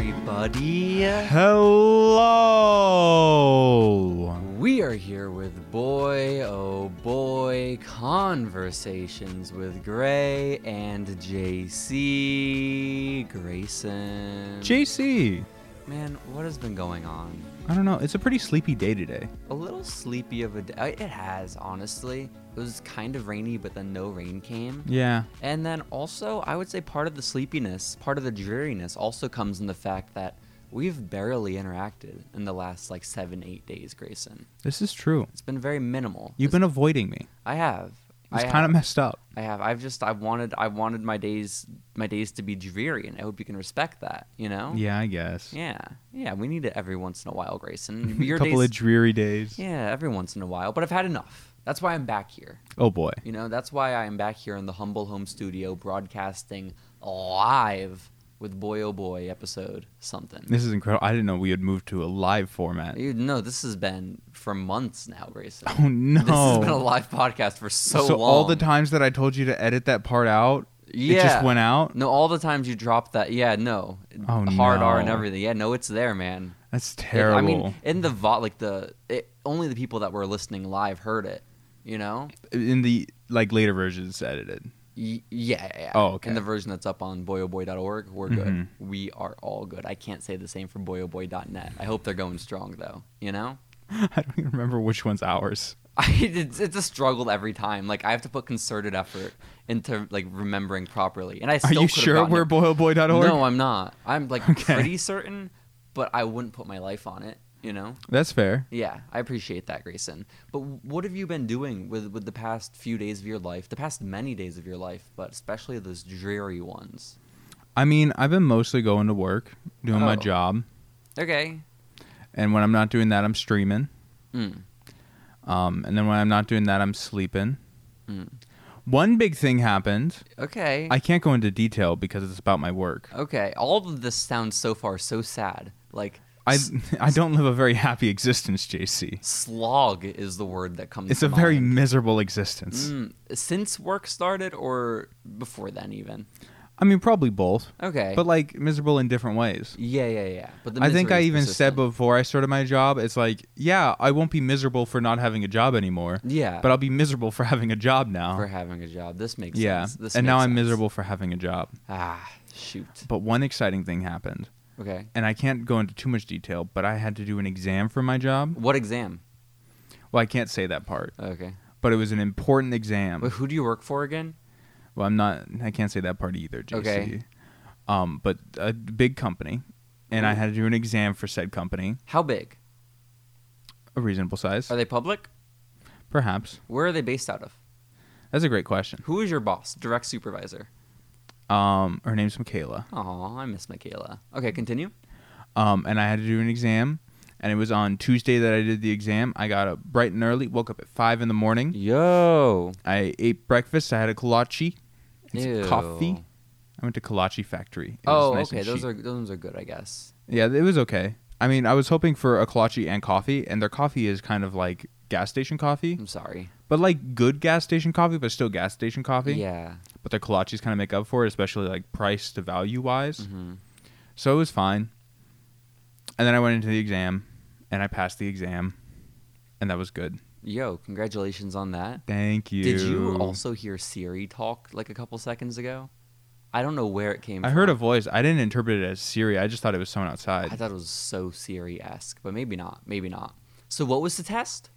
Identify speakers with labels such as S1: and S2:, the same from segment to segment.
S1: everybody.
S2: Hello.
S1: We are here with boy, oh boy, conversations with Gray and JC Grayson.
S2: JC.
S1: Man, what has been going on?
S2: I don't know. It's a pretty sleepy day today.
S1: A little sleepy of a day. It has, honestly. It was kind of rainy, but then no rain came.
S2: Yeah.
S1: And then also, I would say part of the sleepiness, part of the dreariness also comes in the fact that we've barely interacted in the last like seven, eight days, Grayson.
S2: This is true.
S1: It's been very minimal.
S2: You've been avoiding me.
S1: I have.
S2: It's
S1: I
S2: kind
S1: have.
S2: of messed up.
S1: I have. I've just. I wanted. I wanted my days. My days to be dreary, and I hope you can respect that. You know.
S2: Yeah, I guess.
S1: Oh. Yeah. Yeah. We need it every once in a while, Grayson.
S2: a
S1: Your
S2: couple
S1: days.
S2: of dreary days.
S1: yeah, every once in a while. But I've had enough. That's why I'm back here.
S2: Oh boy.
S1: You know, that's why I am back here in the humble home studio broadcasting live with Boy Oh Boy episode something.
S2: This is incredible. I didn't know we had moved to a live format.
S1: You know, this has been for months now, Grayson.
S2: Oh no.
S1: This has been a live podcast for so, long.
S2: all the times that I told you to edit that part out, it
S1: Yeah.
S2: just went out.
S1: No, all the times you dropped that. Yeah, no.
S2: Oh,
S1: Hard R
S2: no.
S1: and everything. Yeah, no, it's there, man.
S2: That's
S1: It-
S2: terrible.
S1: I mean, in the vault, like the it, only the people that were listening live heard it. You know?
S2: in the like later versions, it's edited.
S1: Y- yeah, yeah, yeah.
S2: Oh, okay.
S1: In the version that's up on boyoboy.org, we're good.
S2: Mhm.
S1: We are all good. I can't say the same for boyoboy.net. I hope they're going strong though. You know,
S2: I don't even remember which one's ours.
S1: I, it's, it's a struggle every time. Like I have to put concerted effort into like remembering properly. And I
S2: Are
S1: still
S2: you
S1: could've
S2: sure
S1: gotten
S2: we're oh
S1: it.
S2: boilboy.org?
S1: No, I'm not. I'm like
S2: Okay.
S1: pretty certain, but I wouldn't put my life on it. You know?
S2: That's fair.
S1: Yeah, I appreciate that, Grayson. But what have you been doing with with the past few days of your life? The past many days of your life, but especially those dreary ones.
S2: I mean, I've been mostly going to work, doing my
S1: Oh.
S2: job,
S1: Okay.
S2: and when I'm not doing that, I'm streaming. Hmm.
S1: Mm.
S2: Um, and then when I'm not doing that, I'm sleeping.
S1: Mm.
S2: One big thing happened.
S1: Okay.
S2: I can't go into detail because it's about my work.
S1: okay. All of this sounds so far so sad. Like
S2: I
S1: s- Mm,
S2: I don't live a very happy existence, JC.
S1: slog is the word that comes.
S2: It's
S1: to
S2: a very
S1: mind.
S2: miserable existence.
S1: Mm, since work started or before then even.
S2: I mean, probably both,
S1: Okay.
S2: but like miserable in different ways.
S1: yeah, yeah, yeah. But the
S2: I think
S1: misery
S2: I
S1: is
S2: even said
S1: persistent.
S2: before I started my job, it's like, yeah, I won't be miserable for not having a job anymore,
S1: Yeah.
S2: but uh, I'll be miserable for having a job now.
S1: for having a job. This makes
S2: yeah,
S1: sense. This
S2: and
S1: makes
S2: now I'm
S1: sense.
S2: miserable for having a job.
S1: Ah, shoot.
S2: But one exciting thing happened,
S1: Okay.
S2: and I can't go into too much detail, but I had to do an exam for my job.
S1: What exam?
S2: Well, I can't say that part,
S1: Okay.
S2: but it was an important
S1: Wait,
S2: exam.
S1: who do you work for again?
S2: Well, I'm not. I can't say that part either, JC.
S1: Okay.
S2: Um, but a big company, and I had to do an exam for said company,
S1: How big?
S2: a reasonable size,
S1: Are they public?
S2: perhaps.
S1: Where are they based out of?
S2: That's a great question.
S1: Who is your boss? Direct supervisor.
S2: Um, her name's Michaela.
S1: Aw, I miss Michaela. Okay, continue.
S2: um, and I had to do an exam. And it was on Tuesday that I did the exam. I got up bright and early, woke up at five in the morning.
S1: Yo.
S2: I ate breakfast. I had a kolache, and some
S1: Ew.
S2: coffee. I went to kolache factory. It was
S1: Oh,
S2: nice
S1: okay.
S2: and
S1: Those
S2: chic.
S1: are those ones are good, I guess.
S2: yeah, it was okay. I mean, I was hoping for a kolache and coffee, and their coffee is kind of like gas station coffee,
S1: I'm sorry.
S2: but like good gas station coffee, but still gas station coffee.
S1: Yeah.
S2: But their kolaches kind of make up for it, especially like price to value wise.
S1: hmm
S2: So it was fine. And then I went into the exam and I passed the exam. And that was good.
S1: Yo, congratulations on that.
S2: Thank you.
S1: Did you also hear Siri talk like a couple seconds ago? I don't know where it came
S2: I
S1: from.
S2: heard a voice. I didn't interpret it as Siri. I just thought it was someone outside.
S1: I thought it was so Siri esque, but maybe not. Maybe not. So, what was the test?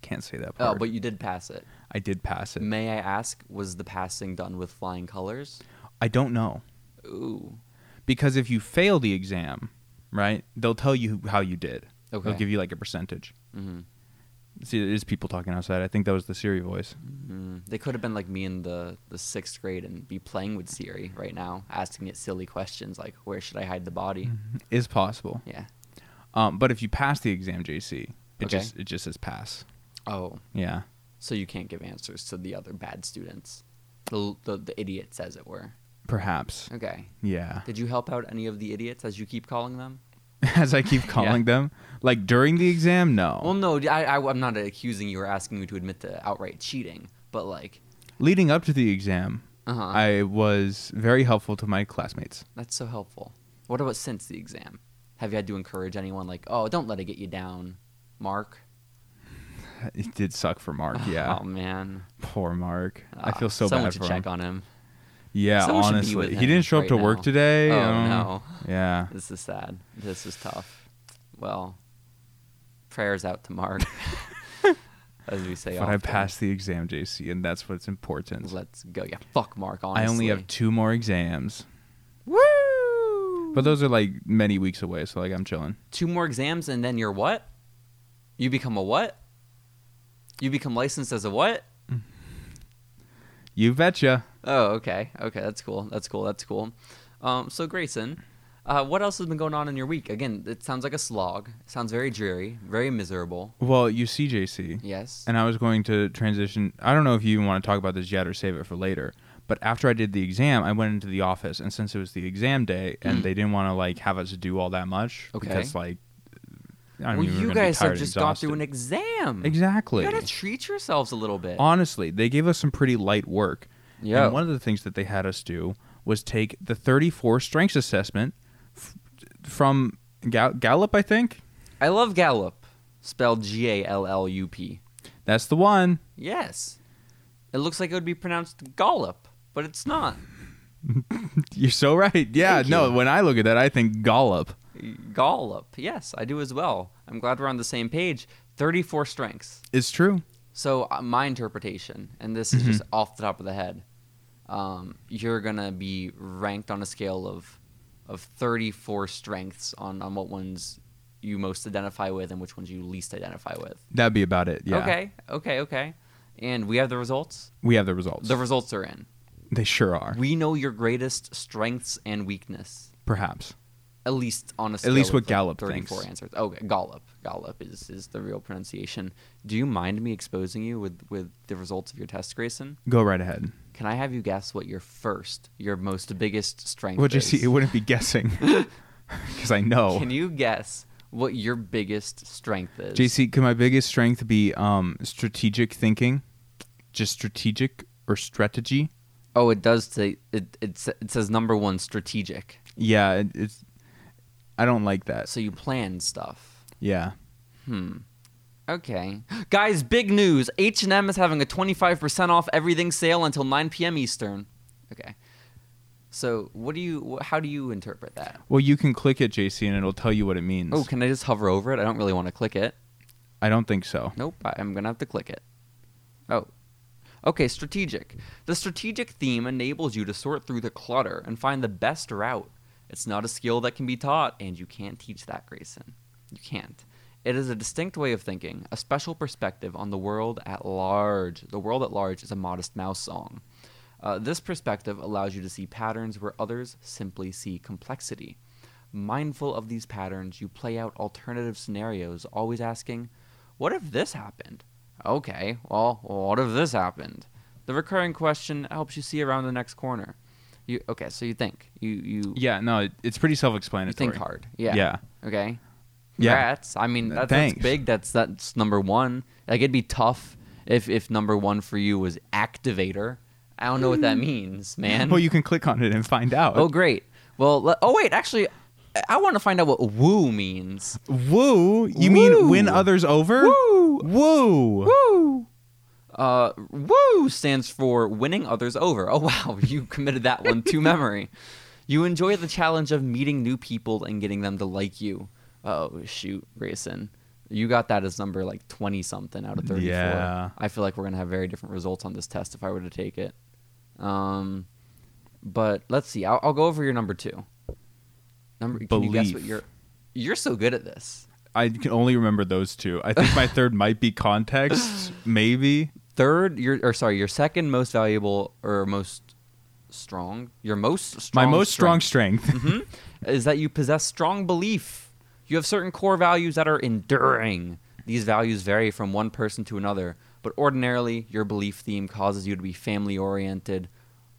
S2: Can't say that
S1: Oh,
S2: part.
S1: but you did pass it.
S2: I did pass it.
S1: May I ask, was the passing done with flying colors?
S2: I don't know.
S1: Ooh.
S2: Because if you fail the exam, right, they'll tell you how you did.
S1: Okay.
S2: They'll give you like a percentage.
S1: Mhm.
S2: See, it is people talking outside. I think that was the Siri voice.
S1: Mm. They could have been like me in the, the sixth grade and be playing with Siri right now, asking it silly questions like, where should I hide the body?
S2: Is possible.
S1: Yeah.
S2: Um, but if you pass the exam, JC, it
S1: Okay.
S2: just it just says pass.
S1: Oh,
S2: Yeah.
S1: so you can't give answers to the other bad students, the, the, the idiots, as it were.
S2: Perhaps.
S1: Okay.
S2: Yeah.
S1: Did you help out any of the idiots, as you keep calling them?
S2: as I keep calling them. Like during the exam, no.
S1: Well, no, I, I, am not accusing you or asking you to admit to outright cheating, but like,
S2: Leading up to the exam,
S1: uh huh.
S2: I was very helpful to my classmates.
S1: That's so helpful. What about since the exam? Have you had to encourage anyone like, oh, don't let it get you down, Mark?
S2: It did suck for Mark. Yeah,
S1: Oh man.
S2: poor Mark. I
S1: Ah,
S2: feel so
S1: someone
S2: bad
S1: should
S2: for
S1: check
S2: him.
S1: on him.
S2: Yeah,
S1: Someone should be
S2: honestly,
S1: with
S2: he
S1: him
S2: didn't show up
S1: right
S2: to work
S1: now.
S2: today.
S1: oh
S2: um,
S1: no.
S2: Yeah.
S1: This is sad. This is tough. Well, prayers out to Mark, as we say.
S2: But I
S1: often.
S2: passed the exam, JC, and that's what's important.
S1: Let's go. Yeah, fuck Mark. Honestly,
S2: I only have two more exams,
S1: woo.
S2: but those are like many weeks away, so like I'm chilling.
S1: two more exams, and then you're what? You become a what? You become licensed as a what?
S2: You betcha.
S1: Oh, okay, okay, that's cool. That's cool. That's cool. Um, so Grayson, uh, what else has been going on in your week? Again, it sounds like a slog. sounds very dreary, very miserable.
S2: Well, you see, JC,
S1: Yes.
S2: and I was going to transition. I don't know if you even want to talk about this yet or save it for later. But after I did the exam, I went into the office, and since it was the exam day, and they didn't want to like have us do all that much
S1: Mm. Okay.
S2: because like, I
S1: well,
S2: mean, we were
S1: you
S2: gonna be
S1: guys
S2: tired
S1: have
S2: and
S1: just gone through an
S2: exhausted.
S1: exam.
S2: exactly.
S1: You gotta treat yourselves a little bit.
S2: honestly, they gave us some pretty light work.
S1: Yeah.
S2: And one of the things that they had us do was take the 34 strengths assessment f- from Gal- Gallup, I think.
S1: I love Gallup, spelled G A L L U P.
S2: That's the one.
S1: Yes. It looks like it would be pronounced Gallup, but it's not.
S2: You're so right. Yeah.
S1: Thank
S2: no,
S1: you.
S2: when I look at that, I think Gallup.
S1: Gallup. Yes, I do as well. I'm glad we're on the same page. 34 strengths.
S2: It's true.
S1: So, uh, my interpretation, and this is
S2: Mm-hmm.
S1: just off the top of the head, um, you're going to be ranked on a scale of of 34 strengths on, on what ones you most identify with and which ones you least identify with.
S2: That'd be about it. Yeah.
S1: Okay, okay, okay. And we have the results.
S2: We have the results.
S1: The results are in.
S2: they sure are.
S1: We know your greatest strengths and weakness,
S2: Perhaps.
S1: at least on a scale
S2: least
S1: of,
S2: what
S1: like,
S2: Gallup
S1: 34
S2: thinks.
S1: answers. Oh, Gallup. Gallup is, is the real pronunciation. Do you mind me exposing you with, with the results of your test, Grayson?
S2: Go right ahead.
S1: Can I have you guess what your first, your most biggest strength
S2: Well,
S1: is?
S2: JC, it wouldn't be guessing because I know.
S1: Can you guess what your biggest strength is?
S2: JC, could my biggest strength be um, strategic thinking? Just strategic or strategy?
S1: Oh, it does say, it, it, sa- it says number one, strategic.
S2: Yeah, it, it's. I don't like that.
S1: So you plan stuff. Hmm.
S2: Yeah.
S1: Okay. Guys, big news. H&M is having a 25% off everything sale until 9 p.m. Eastern. Okay. So, what do you wh- how do you interpret that?
S2: Well, you can click it, JC, and it'll tell you what it means.
S1: Oh, can I just hover over it? I don't really want to click it.
S2: I don't think so.
S1: Nope, I- I'm going to have to click it. Oh. Okay, strategic. The strategic theme enables you to sort through the clutter and find the best route. It's not a skill that can be taught, and you can't teach that, Grayson. You can't. It is a distinct way of thinking, a special perspective on the world at large. The world at large is a Modest Mouse song. Uh, this perspective allows you to see patterns where others simply see complexity. Mindful of these patterns, you play out alternative scenarios, always asking, What if this happened? Okay, well, what if this happened? The recurring question helps you see around the next corner. You okay? So you think you you
S2: Yeah, no, it, it's pretty
S1: you
S2: self-explanatory.
S1: think hard. Yeah.
S2: Yeah.
S1: Okay.
S2: Yeah.
S1: Congrats. I mean,
S2: Uh,
S1: that, that's
S2: thanks.
S1: big. That's that's number one. Like it'd be tough if if number one for you was activator. I don't know what that means, man.
S2: Well, Oh, you can click on it and find out.
S1: oh, great. Well, le- oh wait, actually, I- I want to find out what woo means.
S2: woo! You mean win
S1: Woo.
S2: others over?
S1: Woo.
S2: Woo!
S1: Woo. Uh, woo stands for winning others over. Oh wow, you committed that one to memory. You enjoy the challenge of meeting new people and getting them to like you. Oh shoot, Grayson, you got that as number like twenty something out of thirty-four.
S2: Yeah.
S1: I feel like we're gonna have very different results on this test if I were to take it. Um, but let's see. I'll, I'll go over your number two. Number. Can you guess what
S2: Belief.
S1: you're? You're so good at this.
S2: I can only remember those two. I think my third might be context, maybe.
S1: third your or sorry your second most valuable or most strong your most
S2: My
S1: strong
S2: most strong
S1: strength
S2: strength.
S1: is that you possess strong belief you have certain core values that are enduring these values vary from one person to another but ordinarily your belief theme causes you to be family oriented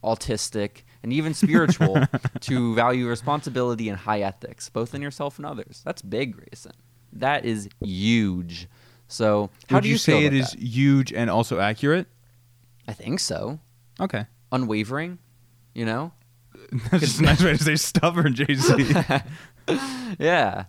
S1: autistic and even spiritual to value responsibility and high ethics both in yourself and others that's big grayson that is huge so how
S2: Would
S1: do
S2: you, say it
S1: it
S2: is huge and also accurate?
S1: i think so
S2: Okay.
S1: unwavering, you know?
S2: That's just a nice way to say stubborn, JC.
S1: yeah,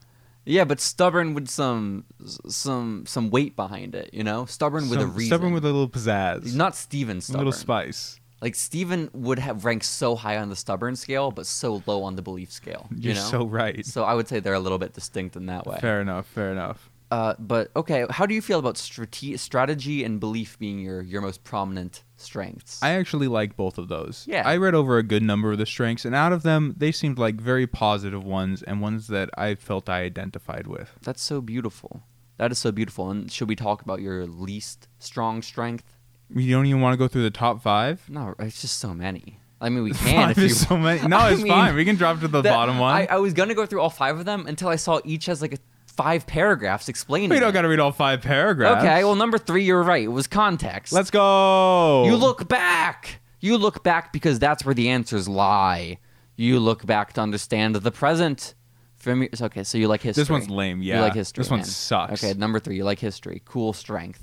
S1: yeah, but stubborn with some some some weight behind it. You know, stubborn with a
S2: Some-
S1: reason.
S2: Stubborn with a little pizzazz.
S1: not Steven
S2: a
S1: stubborn.
S2: little spice.
S1: Like Steven would have ranked so high on the stubborn scale, but so low on the belief scale.
S2: You're
S1: you know?
S2: so right.
S1: So I would say they're a little bit distinct in that way.
S2: Fair enough. Fair enough.
S1: Uh, but okay, how do you feel about strate- strategy and belief being your, your most prominent strengths?
S2: I actually like both of those.
S1: Yeah.
S2: I read over a good number of the strengths, and out of them, they seemed like very positive ones and ones that I felt I identified with.
S1: That's so beautiful. That is so beautiful. And should we talk about your least strong strength?
S2: You don't even want to go through the top five?
S1: No, it's just so many. I mean, we can if
S2: Five
S1: you.
S2: is so many. No,
S1: I
S2: it's
S1: mean,
S2: fine. We can drop to the
S1: that-
S2: bottom one.
S1: I, I was gonna go through all five of them until I saw each has like a, five paragraphs explaining.
S2: we don't
S1: it.
S2: got to read all five paragraphs.
S1: Okay, well, number three, you're right. It was context.
S2: Let's go.
S1: You look back. You look back because that's where the answers lie. You look back to understand the present. From your, okay, so you like history.
S2: one's lame, yeah.
S1: You like history.
S2: This one
S1: man.
S2: sucks.
S1: Okay, number three, you like history. Cool strength.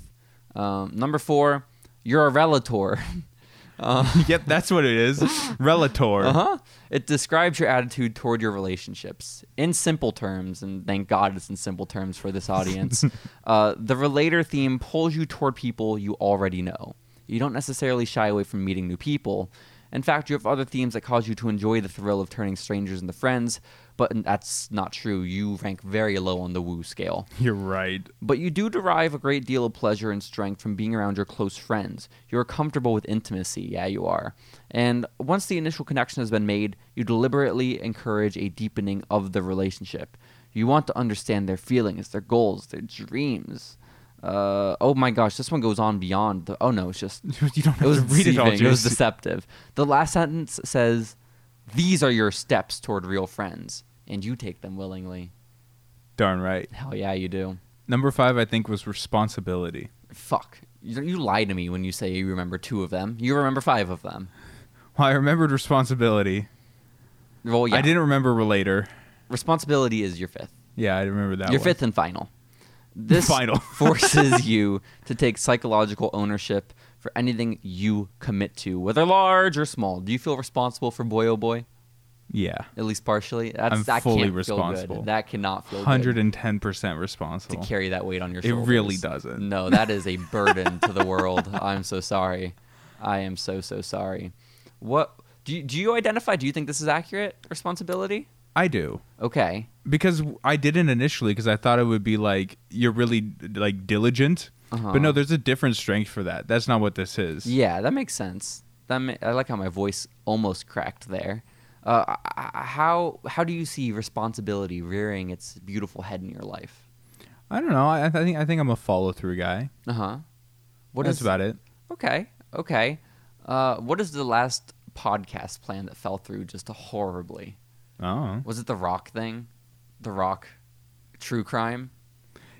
S1: Um, number four, you're a relator.
S2: yep, that's what it is. Relator.
S1: Uh huh. It describes your attitude toward your relationships in simple terms, and thank God it's in simple terms for this audience. uh, the relator theme pulls you toward people you already know. You don't necessarily shy away from meeting new people. In fact, you have other themes that cause you to enjoy the thrill of turning strangers into friends, but that's not true. You rank very low on the woo scale.
S2: You're right.
S1: But you do derive a great deal of pleasure and strength from being around your close friends. You're comfortable with intimacy, yeah, you are. And once the initial connection has been made, you deliberately encourage a deepening of the relationship. You want to understand their feelings, their goals, their dreams. Uh, oh my gosh, this one goes on beyond. The, oh no, it's just
S2: You don't have
S1: it was
S2: to read it all.
S1: deceiving, It was
S2: JC.
S1: deceptive. The last sentence says, "These are your steps toward real friends, and you take them willingly."
S2: Darn right.
S1: Hell yeah, you do.
S2: Number five, I think, was responsibility.
S1: Fuck. You, you lie to me when you say you remember two of them. You remember five of them.
S2: Well, I remembered responsibility.
S1: Well, Oh, yeah.
S2: I didn't remember relator.
S1: Responsibility is your fifth.
S2: Yeah, I remember that.
S1: your
S2: one.
S1: fifth and final. This
S2: Final.
S1: forces you to take psychological ownership for anything you commit to, whether large or small. Do you feel responsible for boy oh boy?
S2: Yeah.
S1: At least partially. That's
S2: I'm
S1: that
S2: fully
S1: can't Feel
S2: responsible.
S1: good. That cannot feel good.
S2: 110%
S1: to
S2: responsible.
S1: carry that weight on your
S2: It
S1: shoulders.
S2: really doesn't.
S1: No, that is a burden to the world. I'm so sorry. I am so so sorry. What do you, do you identify? Do you think this is accurate responsibility?
S2: I do.
S1: Okay.
S2: Because I didn't initially because I thought it would be like you're really like diligent. But no, there's a different strength for that. That's not what this is.
S1: Uh-huh. Yeah, that makes sense. That ma- I like how my voice almost cracked there. Uh, I- I- how how do you see responsibility rearing its beautiful head in your life?
S2: I don't know. I, I think I think I'm a follow through guy.
S1: Uh huh. What
S2: That's
S1: is
S2: about it.
S1: Okay. Okay. Uh, what is the last podcast plan that fell through just horribly?
S2: Oh.
S1: Was it the Rock thing? The Rock, true crime.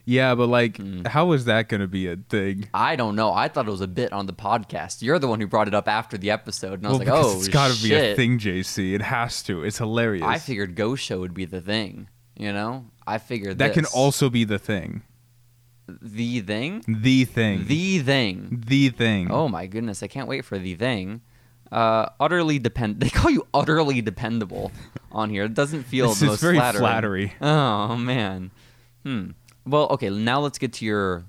S2: Yeah, but like,
S1: Mm.
S2: how is that going to be a thing?
S1: I don't know. I thought it was a bit on the podcast. You're the one who brought it up after the episode, and I was like,
S2: because
S1: "Oh,
S2: it's gotta
S1: shit!"
S2: be a thing, JC. It has to. It's hilarious.
S1: I figured Ghost Show would be the thing. You know, I figured
S2: that can
S1: this.
S2: also be the thing.
S1: the thing,
S2: The thing.
S1: the thing.
S2: the thing.
S1: Oh my goodness, I can't wait for the thing. Uh, utterly depend. They call you utterly dependable on here. It doesn't feel
S2: this
S1: the
S2: is
S1: most
S2: very
S1: flattering.
S2: flattery.
S1: Oh man. Hmm. Well, okay. Now let's get to your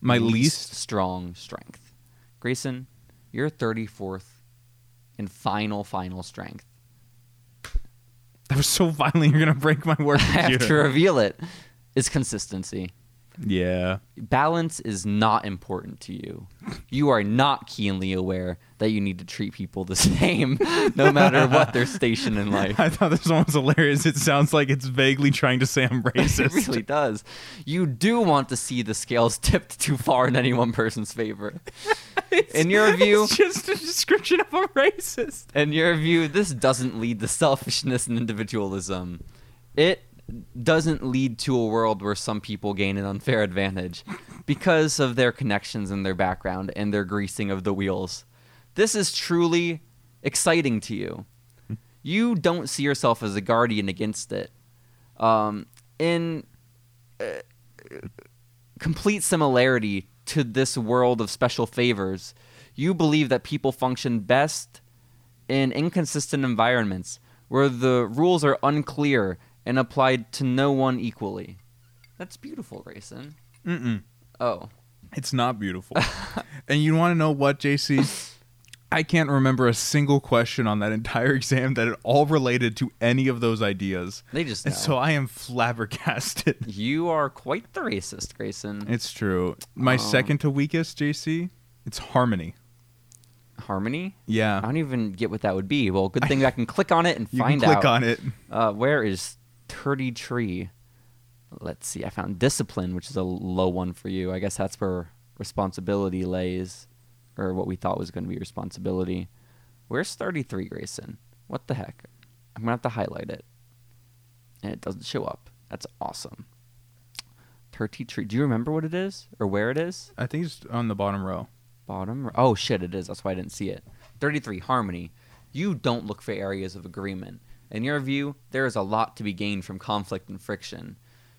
S2: My least.
S1: strong strength. Grayson, your 34th and final, final strength.
S2: That was so violent. You're gonna break my word.
S1: I have to
S2: computer.
S1: reveal it is consistency.
S2: Yeah.
S1: Balance is not important to you. You are not keenly aware that you need to treat people the same, no matter what their station in life.
S2: I thought this one was hilarious. It sounds like it's vaguely trying to say I'm
S1: It
S2: racist.
S1: really does. You do want to see the scales tipped too far in any one person's favor. in your view,
S2: it's just a description of a racist.
S1: in your view, this doesn't lead to selfishness and individualism. It doesn't lead to a world where some people gain an unfair advantage because of their connections and their background and their greasing of the wheels. This is truly exciting to you. You don't see yourself as a guardian against it. Um, in uh, complete similarity to this world of special favors. You believe that people function best in inconsistent environments where the rules are unclear and applied to no one equally. That's beautiful, Grayson.
S2: Mm-mm.
S1: Oh,
S2: It's not beautiful. and you want to know what, JC? I can't remember a single question on that entire exam that it all related to any of those ideas.
S1: they just know.
S2: And so I am flabbergasted.
S1: you are quite the racist, Grayson.
S2: It's true. My
S1: Um,
S2: second to weakest, JC, it's harmony.
S1: Harmony? I
S2: Yeah.
S1: don't even get what that would be. Well, good thing I can click on it and
S2: Uh. You
S1: find
S2: can click
S1: out.
S2: on it.
S1: Uh, where is Turdy Tree? Let's see. I found discipline, which is a low one for you. I guess that's where responsibility lays, or what we thought was going to be responsibility. Where's 33, Grayson? What the heck? I'm going to have to highlight it. And it doesn't show up. That's awesome. Turdy Tree. Do you remember what it is or where it is?
S2: I think it's on the bottom row.
S1: Bottom. r- Oh shit, it is. That's why I didn't see it. 33 harmony. You don't look for areas of agreement. In your view, there is a lot to be gained from conflict and friction.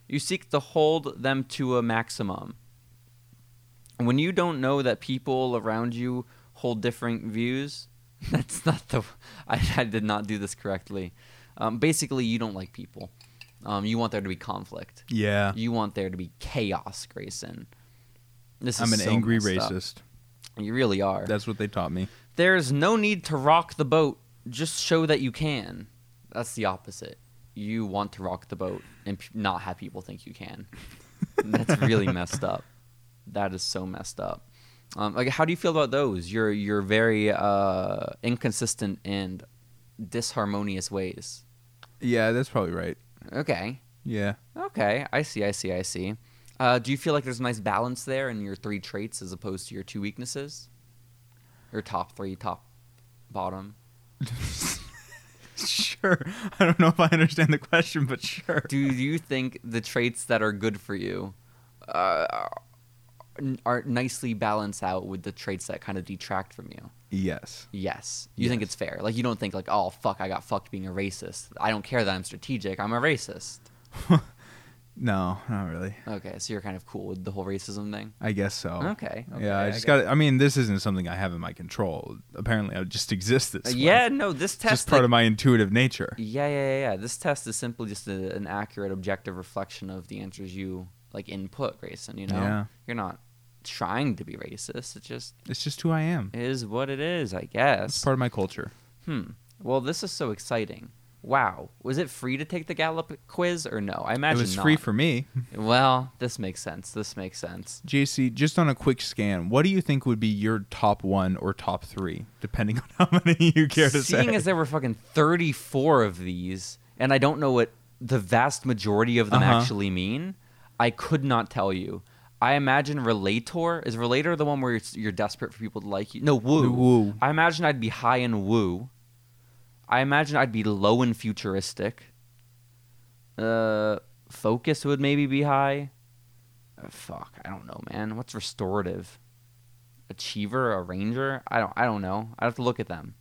S1: You seek to hold them to a maximum. When you don't know that people around you hold different views, that's not the. I, I did not do this correctly. Um, basically, you don't like people. Um, you want there to be conflict.
S2: Yeah.
S1: You want there to be chaos, Grayson. This is
S2: I'm an
S1: so
S2: angry
S1: messed up.
S2: racist.
S1: You really are.
S2: That's what they taught me.
S1: There's no need to rock the boat. Just show that you can. That's the opposite. You want to rock the boat and p- not have people think you can. That's really messed up. That is so messed up. Um, like, how do you feel about those? You're you're very uh, inconsistent and disharmonious ways.
S2: Yeah, that's probably right.
S1: Okay,
S2: Yeah.
S1: okay, I see, I see, I see. Uh, do you feel like there's a nice balance there in your three traits as opposed to your two weaknesses? Your top three, top, bottom.
S2: sure. I don't know if I understand the question, but sure.
S1: do you think the traits that are good for you uh, are- are nicely balanced out with the traits that kind of detract from you?
S2: Yes.
S1: Yes. You think it's fair. Like you don't think like, "Oh, fuck, I got fucked being a racist. I don't care that I'm strategic. I'm a racist."
S2: No, not really.
S1: Okay, so you're kind of cool with the whole racism thing.
S2: I guess so.
S1: Okay. Oh. okay
S2: yeah, I just got. I mean, this isn't something I have in my control. Apparently, I just exist this.
S1: Uh,
S2: way.
S1: yeah, no, this
S2: it's
S1: test
S2: just part
S1: like-
S2: of my intuitive nature.
S1: Yeah, yeah, yeah, yeah. This test is simply just a, an accurate, objective reflection of the answers you like input, Grayson. You know,
S2: Yeah.
S1: you're not trying to be racist. It's just
S2: It's just who I am.
S1: is what it is, I
S2: It's
S1: guess.
S2: part of my culture.
S1: Hmm. Well, this is so exciting. Wow. Was it free to take the Gallup quiz or no? I imagine
S2: it was
S1: not.
S2: free for me.
S1: Well, this makes sense. This makes sense.
S2: JC, just on a quick scan, what do you think would be your top one or top three, depending on how many you care to
S1: Seeing
S2: say?
S1: as there were fucking 34 of these, and I don't know what the vast majority of them
S2: Uh-huh.
S1: actually mean, I could not tell you. I imagine relator is relator the one where you're, you're desperate for people to like you. No, woo.
S2: Woo.
S1: I imagine I'd be high in woo. I imagine I'd be low in futuristic. Uh, focus would maybe be high. Uh, fuck, I don't know, man. What's restorative? Achiever, a ranger? I don't. I don't know. I have to look at them.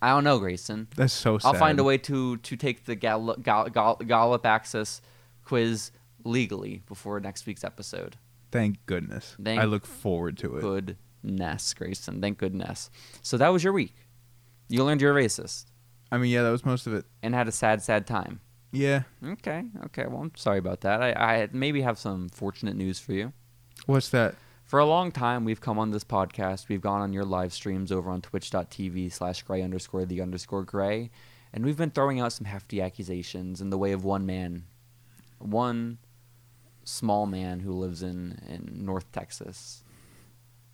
S1: I don't know, Grayson.
S2: That's so sad.
S1: I'll find a way to to take the Gallup, Gall- Gall- Gallup Access quiz legally before next week's episode.
S2: Thank goodness.
S1: Thank
S2: I look forward to it.
S1: Goodness, Grayson. Thank goodness. So that was your week. You learned you're a racist
S2: I mean, yeah, that was most of it.
S1: and had a sad, sad time.
S2: Yeah.
S1: Okay, okay. Well, I'm sorry about that. I, I maybe have some fortunate news for you.
S2: What's that?
S1: For a long time, we've come on this podcast. We've gone on your live streams over on twitch.tv slash gray underscore the underscore gray. And we've been throwing out some hefty accusations in the way of one man, one small man who lives in, in North Texas.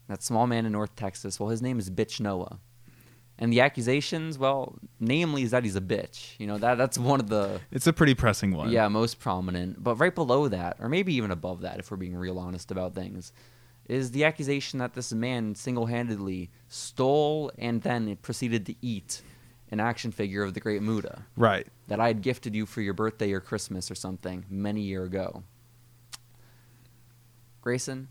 S1: That small man in North Texas, well, his name is Bitch Noah. And the accusations, well, namely is that he's a bitch. You know, that that's one of the
S2: It's a pretty pressing one.
S1: yeah, most prominent. But right below that, or maybe even above that, if we're being real honest about things, is the accusation that this man single handedly stole and then proceeded to eat an action figure of the Great Muda
S2: Right.
S1: that I had gifted you for your birthday or Christmas or something many year ago. Grayson,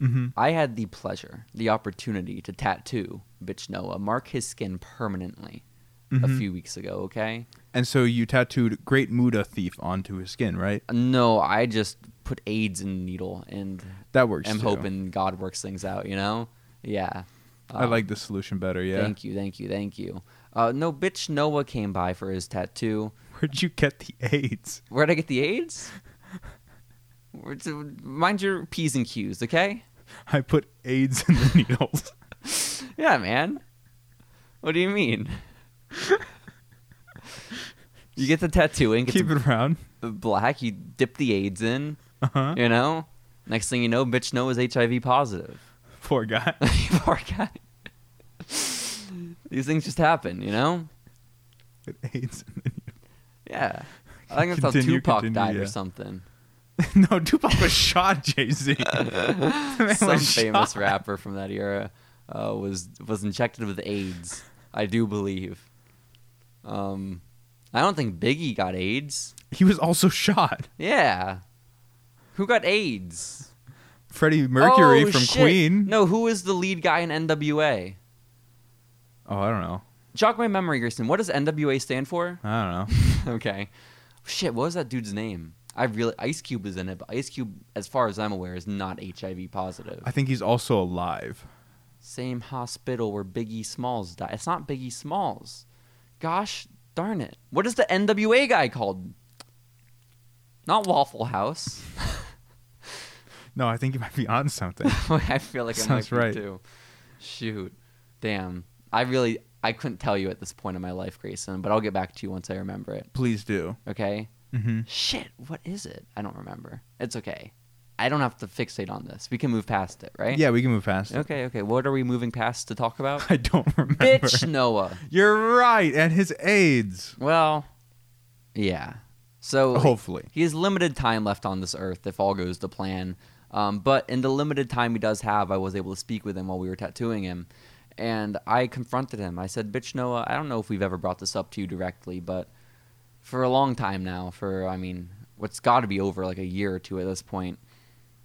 S2: Mm-hmm.
S1: I had the pleasure, the opportunity to tattoo Bitch Noah, mark his skin permanently a
S2: Mhm.
S1: few weeks ago, okay?
S2: And so you tattooed Great Muda Thief onto his skin, right?
S1: No, I just put AIDS in the needle and
S2: That works.
S1: am
S2: too.
S1: hoping God works things out, you know? Yeah. Um,
S2: I like the solution better. Yeah.
S1: Thank you, thank you, thank you. Uh, no, bitch Noah came by for his tattoo.
S2: Where'd you get the AIDS?
S1: Where'd I get the AIDS? Where- to- Mind your P's and Q's, okay?
S2: I put AIDS in the needles.
S1: Yeah, man. What do you mean? you get the tattoo ink, it's
S2: Keep it around.
S1: black, you dip the AIDS in,
S2: Uh huh.
S1: you know? Next thing you know, bitch Noah's HIV positive.
S2: Poor guy.
S1: Poor guy. These things just happen, you know?
S2: Put AIDS in the
S1: Yeah. I think that's
S2: Continue,
S1: how Tupac
S2: continue,
S1: died
S2: yeah.
S1: or something.
S2: needles. no, Tupac was shot, Jay Z.
S1: Some famous rapper from that era uh, was was injected with AIDS, I do believe. Um, I don't think Biggie got AIDS.
S2: He was also shot.
S1: Yeah, who got AIDS?
S2: Freddie Mercury
S1: Oh,
S2: from
S1: shit.
S2: Queen.
S1: No, who is the lead guy in NWA?
S2: Oh, I don't know.
S1: Jog my memory, Gerson. What does NWA stand for?
S2: I don't know.
S1: okay, shit. What was that dude's name? I really Ice Cube is in it, but Ice Cube, as far as I'm aware, is not HIV positive.
S2: I think he's also alive.
S1: same hospital where Biggie Smalls died. It's not Biggie Smalls. Gosh darn it. What is the NWA guy called? Not Waffle House.
S2: No, I think he might be on something.
S1: I feel like I
S2: Sounds
S1: might be
S2: right.
S1: too. Shoot. Damn. I really I couldn't tell you at this point in my life, Grayson, but I'll get back to you once I remember it.
S2: Please do.
S1: Okay?
S2: Mm-hmm.
S1: Shit, what is it? I don't remember. It's okay. I don't have to fixate on this. We can move past it, right?
S2: Yeah, we can move past. it.
S1: Okay, okay. What are we moving past to talk about?
S2: I don't remember.
S1: Bitch Noah.
S2: You're right, and his AIDS.
S1: Well, yeah.
S2: Oh,
S1: So
S2: Hopefully.
S1: he has limited time left on this earth if all goes to plan. Um, but in the limited time he does have, I was able to speak with him while we were tattooing him, and I confronted him. I said, "Bitch, Noah, I don't know if we've ever brought this up to you directly, but for a long time now, for I mean, what's got to be over like a year or two at this point,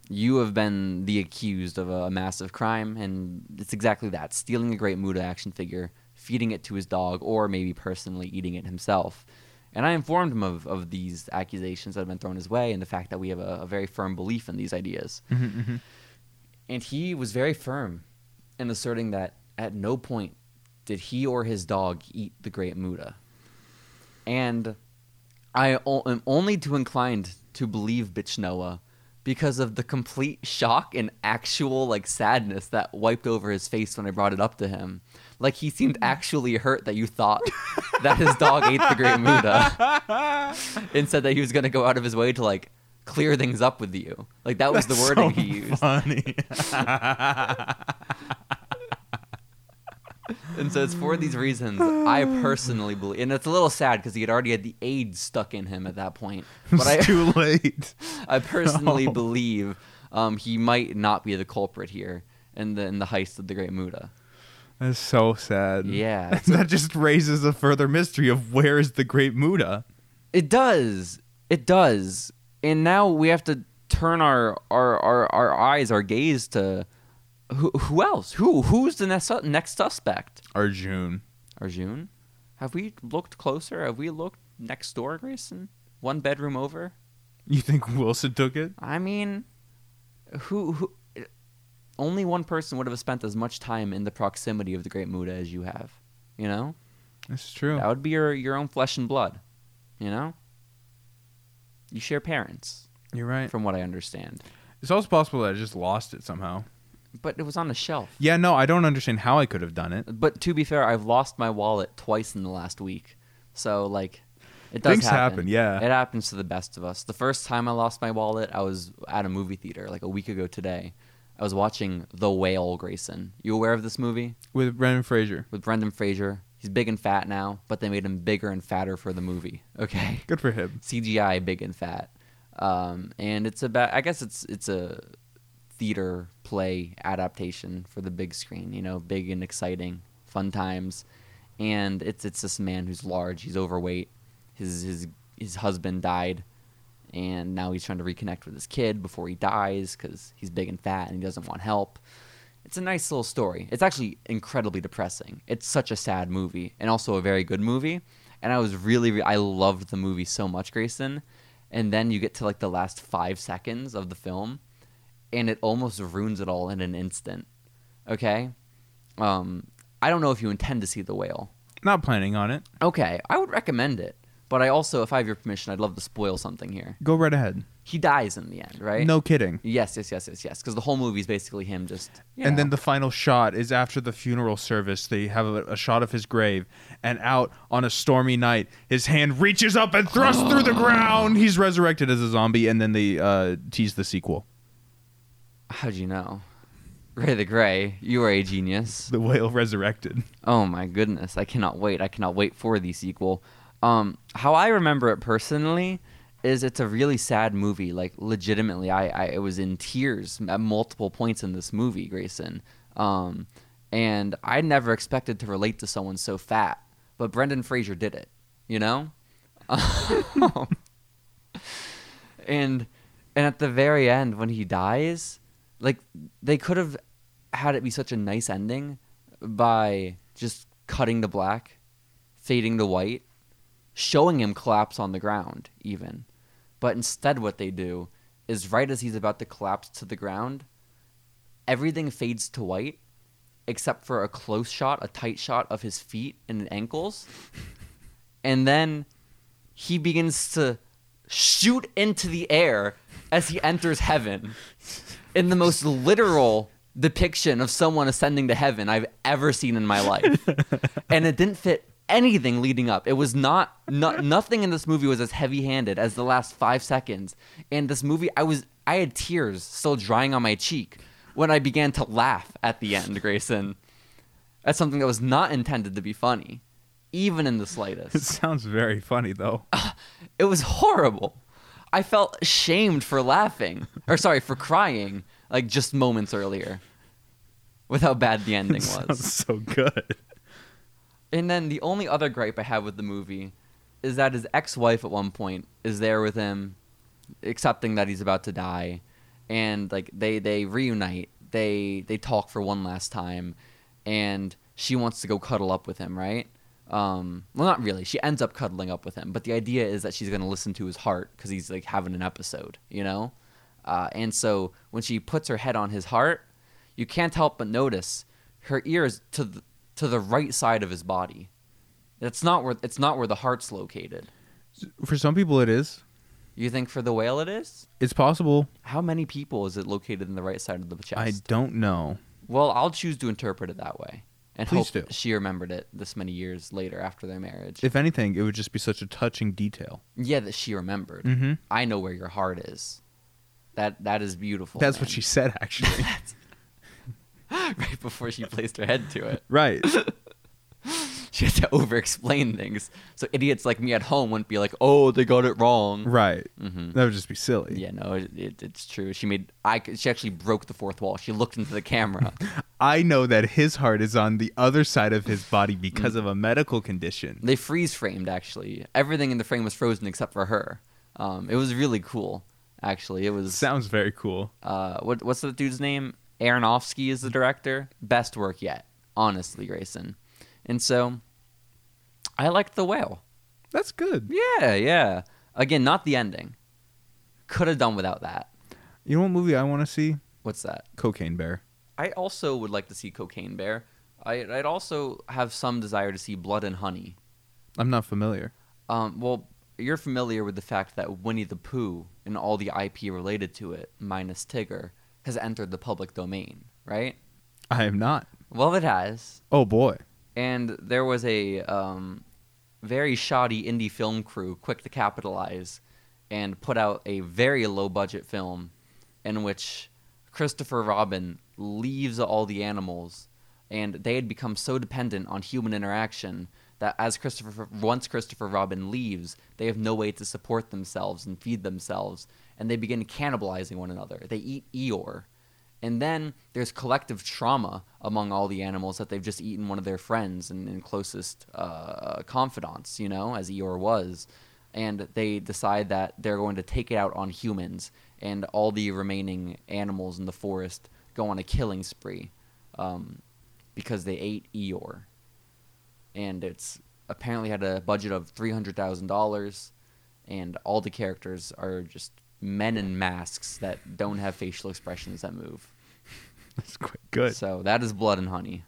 S1: you have been the accused of a massive crime, and it's exactly that stealing a great Muda action figure, feeding it to his dog, or maybe personally eating it himself. And I informed him of, of these accusations that have been thrown his way and the fact that we have a, a very firm belief in these ideas. And he was very firm in asserting that at no point did he or his dog eat the great Muda. And I o- am only too inclined to believe Bitch Noah because of the complete shock and actual like sadness that wiped over his face when I brought it up to him. Like he seemed actually hurt that you thought that his dog ate the great Muda and said that he was going to go out of his way to like clear things up with you. Like that was the wording he used.
S2: Funny.
S1: And so it's for these reasons I personally believe, and it's a little sad because he had already had the AIDS stuck in him at that point. But
S2: it's
S1: I,
S2: too late.
S1: I personally
S2: No.
S1: believe um, he might not be the culprit here in the in the heist of the Great Muda.
S2: That's so sad.
S1: Yeah, it's
S2: that just raises a further mystery of where is the Great Muda?
S1: It does, it does, and now we have to turn our our our, our eyes, our gaze to who, who else? Who who's the next su- next suspect?
S2: Arjun.
S1: Arjun? Have we looked closer? Have we looked next door, Grayson? One bedroom over?
S2: You think Wilson took it?
S1: I mean, who, who? Only one person would have spent as much time in the proximity of the Great Muda as you have. You know,
S2: That's true.
S1: that would be your your own flesh and blood. You know, you share parents,
S2: You're right.
S1: from what I understand.
S2: It's also possible that I just lost it somehow.
S1: But it was on a shelf.
S2: Yeah, no, I don't understand how I could have done it.
S1: But to be fair, I've lost my wallet twice in the last week, so like, it does
S2: Things happen, yeah.
S1: it happens to the best of us. The first time I lost my wallet, I was at a movie theater like a week ago today. I was watching The Whale, Grayson. You aware of this movie?
S2: With Brendan Fraser.
S1: with Brendan Fraser. He's big and fat now, but they made him bigger and fatter for the movie. Okay,
S2: Good for him.
S1: CGI big and fat, um, and it's about. I guess it's it's a theater play adaptation for the big screen. You know, big and exciting, fun times, and it's it's this man who's large. He's overweight. His his his husband died, and now he's trying to reconnect with his kid before he dies because he's big and fat and he doesn't want help. It's a nice little story. It's actually incredibly depressing. It's such a sad movie and also a very good movie. And I was really, re- I loved the movie so much, Grayson. And then you get to like the last five seconds of the film and it almost ruins it all in an instant. Okay? Um, I don't know if you intend to see the whale.
S2: Not planning on it.
S1: Okay, I would recommend it, but I also, if I have your permission, I'd love to spoil something here.
S2: Go right ahead.
S1: He dies in the end, right?
S2: No kidding.
S1: Yes, yes, yes, yes, yes. Because the whole movie is basically him just. you
S2: And
S1: know.
S2: then the final shot is after the funeral service. They have a, a shot of his grave, and out on a stormy night, his hand reaches up and thrusts through the ground. He's resurrected as a zombie, and then they uh, tease the sequel.
S1: How'd you know? Ray the Grey, you are a genius.
S2: The whale resurrected.
S1: Oh my goodness, I cannot wait. I cannot wait for the sequel. Um, how I remember it personally is it's a really sad movie. Like legitimately, I, I it was in tears at multiple points in this movie, Grayson. Um, and I never expected to relate to someone so fat, but Brendan Fraser did it. You know. and and at the very end when he dies like they could have had it be such a nice ending by just cutting to black fading to white showing him collapse on the ground even but instead what they do is right as he's about to collapse to the ground everything fades to white except for a close shot a tight shot of his feet and ankles and then he begins to shoot into the air as he enters heaven in the most literal depiction of someone ascending to heaven I've ever seen in my life. and it didn't fit anything leading up. It was not, no, nothing in this movie was as heavy handed as the last five seconds. And this movie, I was, I had tears still drying on my cheek when I began to laugh at the end, Grayson. That's something that was not intended to be funny, even in the slightest.
S2: It sounds very funny, though.
S1: It was horrible. I felt shamed for laughing, or sorry, for crying, like just moments earlier, with how bad the ending was.
S2: sounds so good.
S1: And then the only other gripe I have with the movie is that his ex wife at one point is there with him, accepting that he's about to die, and like they they reunite, they they talk for one last time, and she wants to go cuddle up with him, right? Um, well, not really. She ends up cuddling up with him, but the idea is that she's gonna listen to his heart because he's like having an episode, you know. Uh, and so when she puts her head on his heart, you can't help but notice her ear is to the, to the right side of his body. That's not where it's not where the heart's located.
S2: For some people, it is.
S1: You think for the whale it is?
S2: It's possible.
S1: How many people is it located in the right side of the chest?
S2: I don't know.
S1: well, I'll choose to interpret it that way, and
S2: Please
S1: hope
S2: do.
S1: she remembered it this many years later after their marriage.
S2: If anything, it would just be such a touching detail.
S1: yeah, that she remembered.
S2: Mm-hmm.
S1: I know where your heart is. That that is beautiful.
S2: That's what
S1: man.
S2: she said, actually.
S1: right before she placed her head to it.
S2: right.
S1: She had to over explain things. So idiots like me at home wouldn't be like, oh, they got it wrong.
S2: Right.
S1: Mhm.
S2: That would just be silly.
S1: Yeah, no, it, it, it's true. She made, I, c- she actually broke the fourth wall. She looked into the camera.
S2: I know that his heart is on the other side of his body because of a medical condition.
S1: they freeze framed, actually. Everything in the frame was frozen except for her. Um, it was really cool, actually. It was,
S2: Sounds very cool.
S1: uh, what, what's the dude's name? Aronofsky is the director. Best work yet, honestly, Grayson. And so, I liked The Whale.
S2: That's good.
S1: Yeah, yeah. Again, not the ending. Could have done without that.
S2: You know what movie I want to see?
S1: What's that?
S2: Cocaine Bear.
S1: I also would like to see Cocaine Bear. I, I'd also have some desire to see Blood and Honey.
S2: I'm not familiar.
S1: Um, well, you're familiar with the fact that Winnie the Pooh and all the IP related to it, minus Tigger, has entered the public domain, right?
S2: I am not.
S1: Well, it has.
S2: Oh boy.
S1: And there was a um, very shoddy indie film crew quick to capitalize and put out a very low budget film in which Christopher Robin leaves all the animals and they had become so dependent on human interaction that as Christopher once Christopher Robin leaves, they have no way to support themselves and feed themselves and they begin cannibalizing one another. They eat Eeyore. And then there's collective trauma among all the animals that they've just eaten one of their friends and, and closest uh, confidants, you know, as Eeyore was. And they decide that they're going to take it out on humans, and all the remaining animals in the forest go on a killing spree um, because they ate Eeyore. And it's apparently had a budget of $300,000, and all the characters are just men in masks that don't have facial expressions that move.
S2: That's quite good.
S1: So that is Blood and Honey.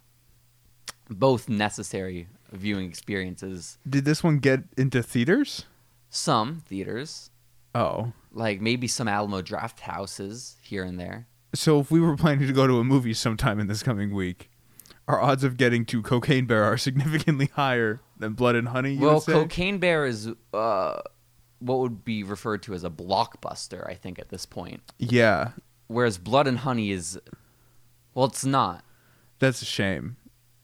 S1: both necessary viewing experiences.
S2: Did this one get into theaters?
S1: Some theaters,
S2: Oh.
S1: like maybe some Alamo draft houses here and there.
S2: So if we were planning to go to a movie sometime in this coming week, our odds of getting to Cocaine Bear are significantly higher than Blood and Honey. You
S1: well,
S2: would say?
S1: Cocaine Bear is uh, what would be referred to as a blockbuster, I think, at this point.
S2: Yeah,
S1: Whereas Blood and Honey is, well, it's not.
S2: that's a shame.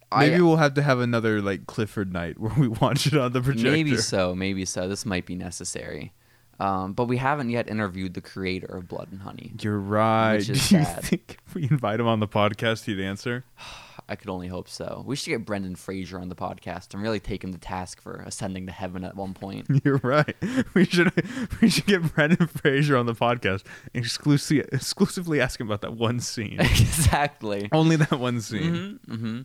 S1: I-
S2: Maybe we'll have to have another like Clifford night where we watch it on the projector.
S1: Maybe so, maybe so. This might be necessary. Um, but we haven't yet interviewed the creator of Blood and Honey.
S2: You're right.
S1: Which
S2: Do you
S1: is sad.
S2: think if we invite him on the podcast, he'd answer?
S1: I could only hope so. We should get Brendan Fraser on the podcast and really take him to task for ascending to heaven at one point.
S2: You're right. We should we should get Brendan Fraser on the podcast and exclusively exclusively ask him about that one scene.
S1: exactly.
S2: Only that one scene.
S1: Mm-hmm, mm-hmm.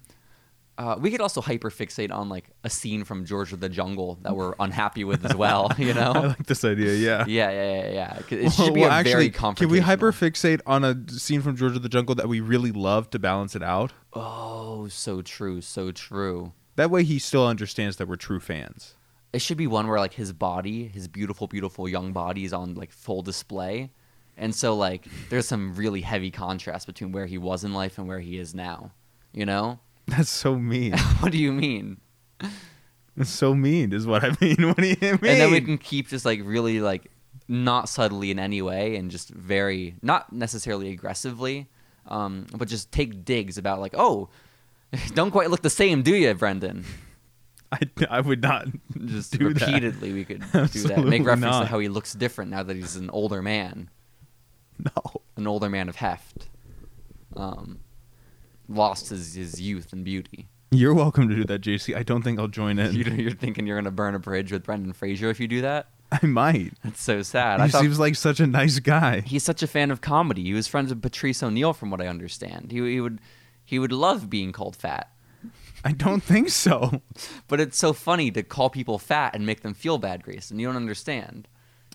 S1: Uh, we could also hyperfixate on like a scene from George of the Jungle that we're unhappy with as well. You know?
S2: I like this idea. Yeah.
S1: yeah, yeah, yeah, yeah. 'Cause It should be
S2: Well,
S1: a very
S2: Can we
S1: confrontational.
S2: hyperfixate on a scene from George of the Jungle that we really love to balance it out?
S1: Oh, so true, so true.
S2: That way, he still understands that we're true fans.
S1: It should be one where like his body, his beautiful, beautiful young body, is on like full display, and so like there's some really heavy contrast between where he was in life and where he is now. You know?
S2: That's so mean.
S1: what do you mean?
S2: That's so mean is what I mean. What do you mean?
S1: and then we can keep just like really like not subtly in any way and just very not necessarily aggressively um but just take digs about like oh don't quite look the same do you brendan
S2: I, I would not
S1: just
S2: do that.
S1: repeatedly we could do that
S2: Absolutely
S1: make reference to
S2: not.
S1: how he looks different now that he's an older man
S2: No.
S1: an older man of heft um lost his, his youth and beauty
S2: You're welcome to do that, JC. I don't think I'll join in.
S1: you, you're thinking you're gonna burn a bridge with brendan fraser if you do that
S2: I might.
S1: that's so sad
S2: he
S1: i thought
S2: seems like such a nice guy.
S1: he's such a fan of comedy. He was friends with Patrice O'Neill, from what I understand. He, he would he would love being called fat,
S2: I don't think so.
S1: but it's so funny to call people fat and make them feel bad, Grayson. You don't understand.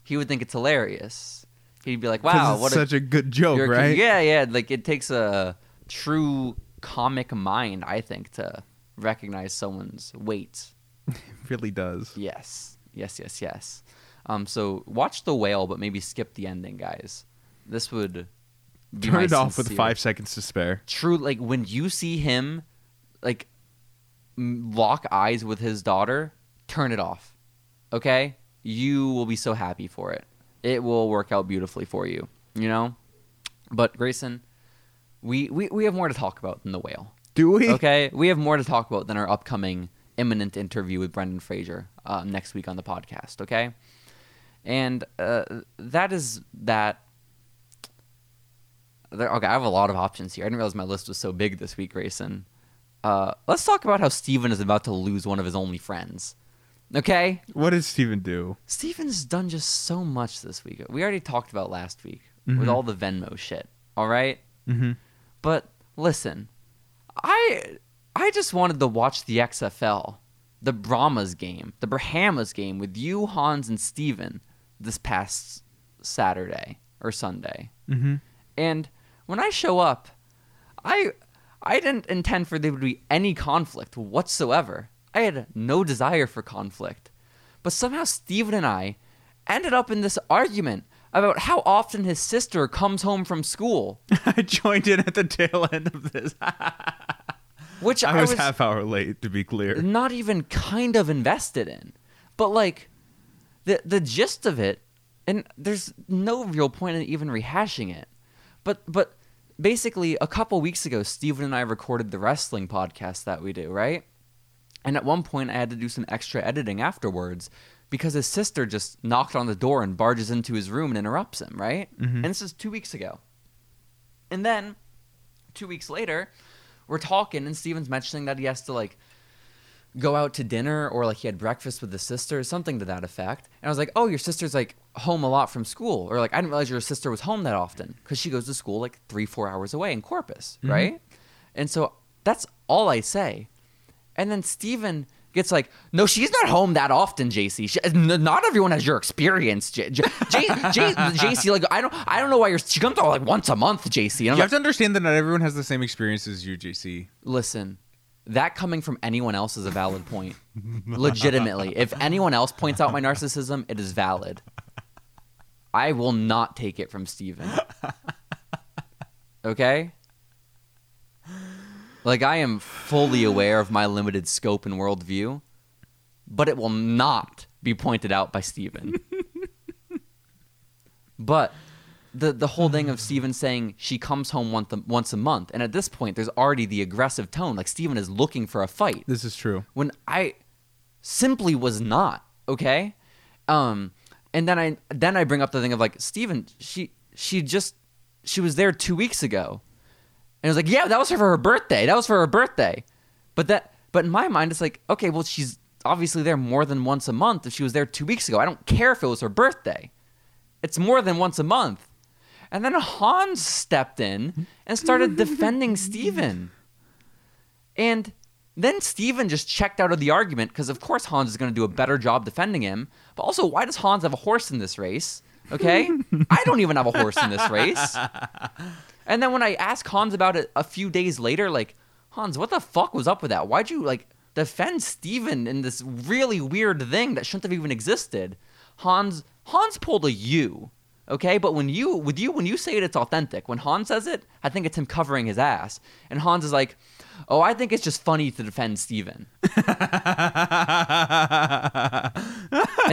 S1: He would think it's hilarious. He'd be like,
S2: 'Cause
S1: "Wow,
S2: it's
S1: what
S2: such a, good joke,
S1: you're-
S2: right?
S1: Yeah, yeah. Like it takes a true comic mind, I think, to recognize someone's weight."
S2: It really does.
S1: Yes, yes, yes, yes. Um, so watch the whale, but maybe skip the ending, guys. This would be
S2: Turn
S1: my
S2: it off with
S1: sincere-
S2: five seconds to spare.
S1: true like when you see him like m- lock eyes with his daughter turn it off okay you will be so happy for it it will work out beautifully for you you know but grayson we we, we have more to talk about than the whale
S2: Do we?
S1: okay we have more to talk about than our upcoming imminent interview with brendan fraser uh, next week on the podcast okay and uh, that is that there, okay, I have a lot of options here. I didn't realize my list was so big this week, Grayson. Uh, let's talk about how Steven is about to lose one of his only friends. Okay?
S2: What did Steven do?
S1: Steven's done just so much this week. We already talked about last week with all the Venmo shit, all right?
S2: Mm-hmm.
S1: But listen, I I just wanted to watch the XFL, the Brahmas game, the Brahmas game with you, Hans, and Steven this past Saturday or Sunday.
S2: Mm-hmm.
S1: And when I show up, I I didn't intend for there to be any conflict whatsoever. I had no desire for conflict. But somehow Steven and I ended up in this argument about how often his sister comes home from school,
S2: I joined in at the tail end of this.
S1: which
S2: I was, half hour late, to be clear.
S1: not even kind of invested in. But like the the gist of it and there's no real point in even rehashing it. But but basically a couple weeks ago Steven and I recorded the wrestling podcast that we do, right? And at one point I had to do some extra editing afterwards because his sister just knocked on the door and barges into his room and interrupts him, right? And this is 2 weeks ago. And then two weeks later, we're talking, and Steven's mentioning that he has to like go out to dinner or like he had breakfast with his sister, something to that effect. And I was like, oh, your sister's like home a lot from school. Or like, I didn't realize your sister was home that often because she goes to school like three, four hours away in Corpus, right? And so that's all I say. And then Steven gets like, no, she's not home that often, JC. She, n- not everyone has your experience, J- J- J- J- JC. Like, I don't, I don't know why you're. She comes out like once a month, JC. And I'm
S2: You
S1: like,
S2: have to understand that not everyone has the same experience as you, JC.
S1: listen, that coming from anyone else is a valid point. Legitimately, if anyone else points out my narcissism, it is valid. I will not take it from Steven. Okay? Like, I am fully aware of my limited scope and worldview, but it will not be pointed out by Steven. but the, the whole thing of Steven saying she comes home once a, once a month, and at this point, there's already the aggressive tone. Like, Steven is looking for a fight
S2: This is true.
S1: when I simply was not okay. Um, and then I then I bring up the thing of like Steven, she she just she was there two weeks ago, and I was like, yeah, that was for her birthday. That was for her birthday, but that but in my mind, it's like okay, well she's obviously there more than once a month. If she was there two weeks ago, I don't care if it was her birthday. It's more than once a month. And then Hans stepped in and started defending Steven. And then Steven just checked out of the argument because, of course, Hans is going to do a better job defending him. But also, why does Hans have a horse in this race? Okay? I don't even have a horse in this race. And then when I asked Hans about it a few days later, like, Hans, what the fuck was up with that? Why'd you, like, defend Steven in this really weird thing that shouldn't have even existed? Hans, Hans pulled a U. Okay, but when you with you when you say it, it's authentic. When Hans says it, I think it's him covering his ass. And Hans is like, "Oh, I think it's just funny to defend Steven. and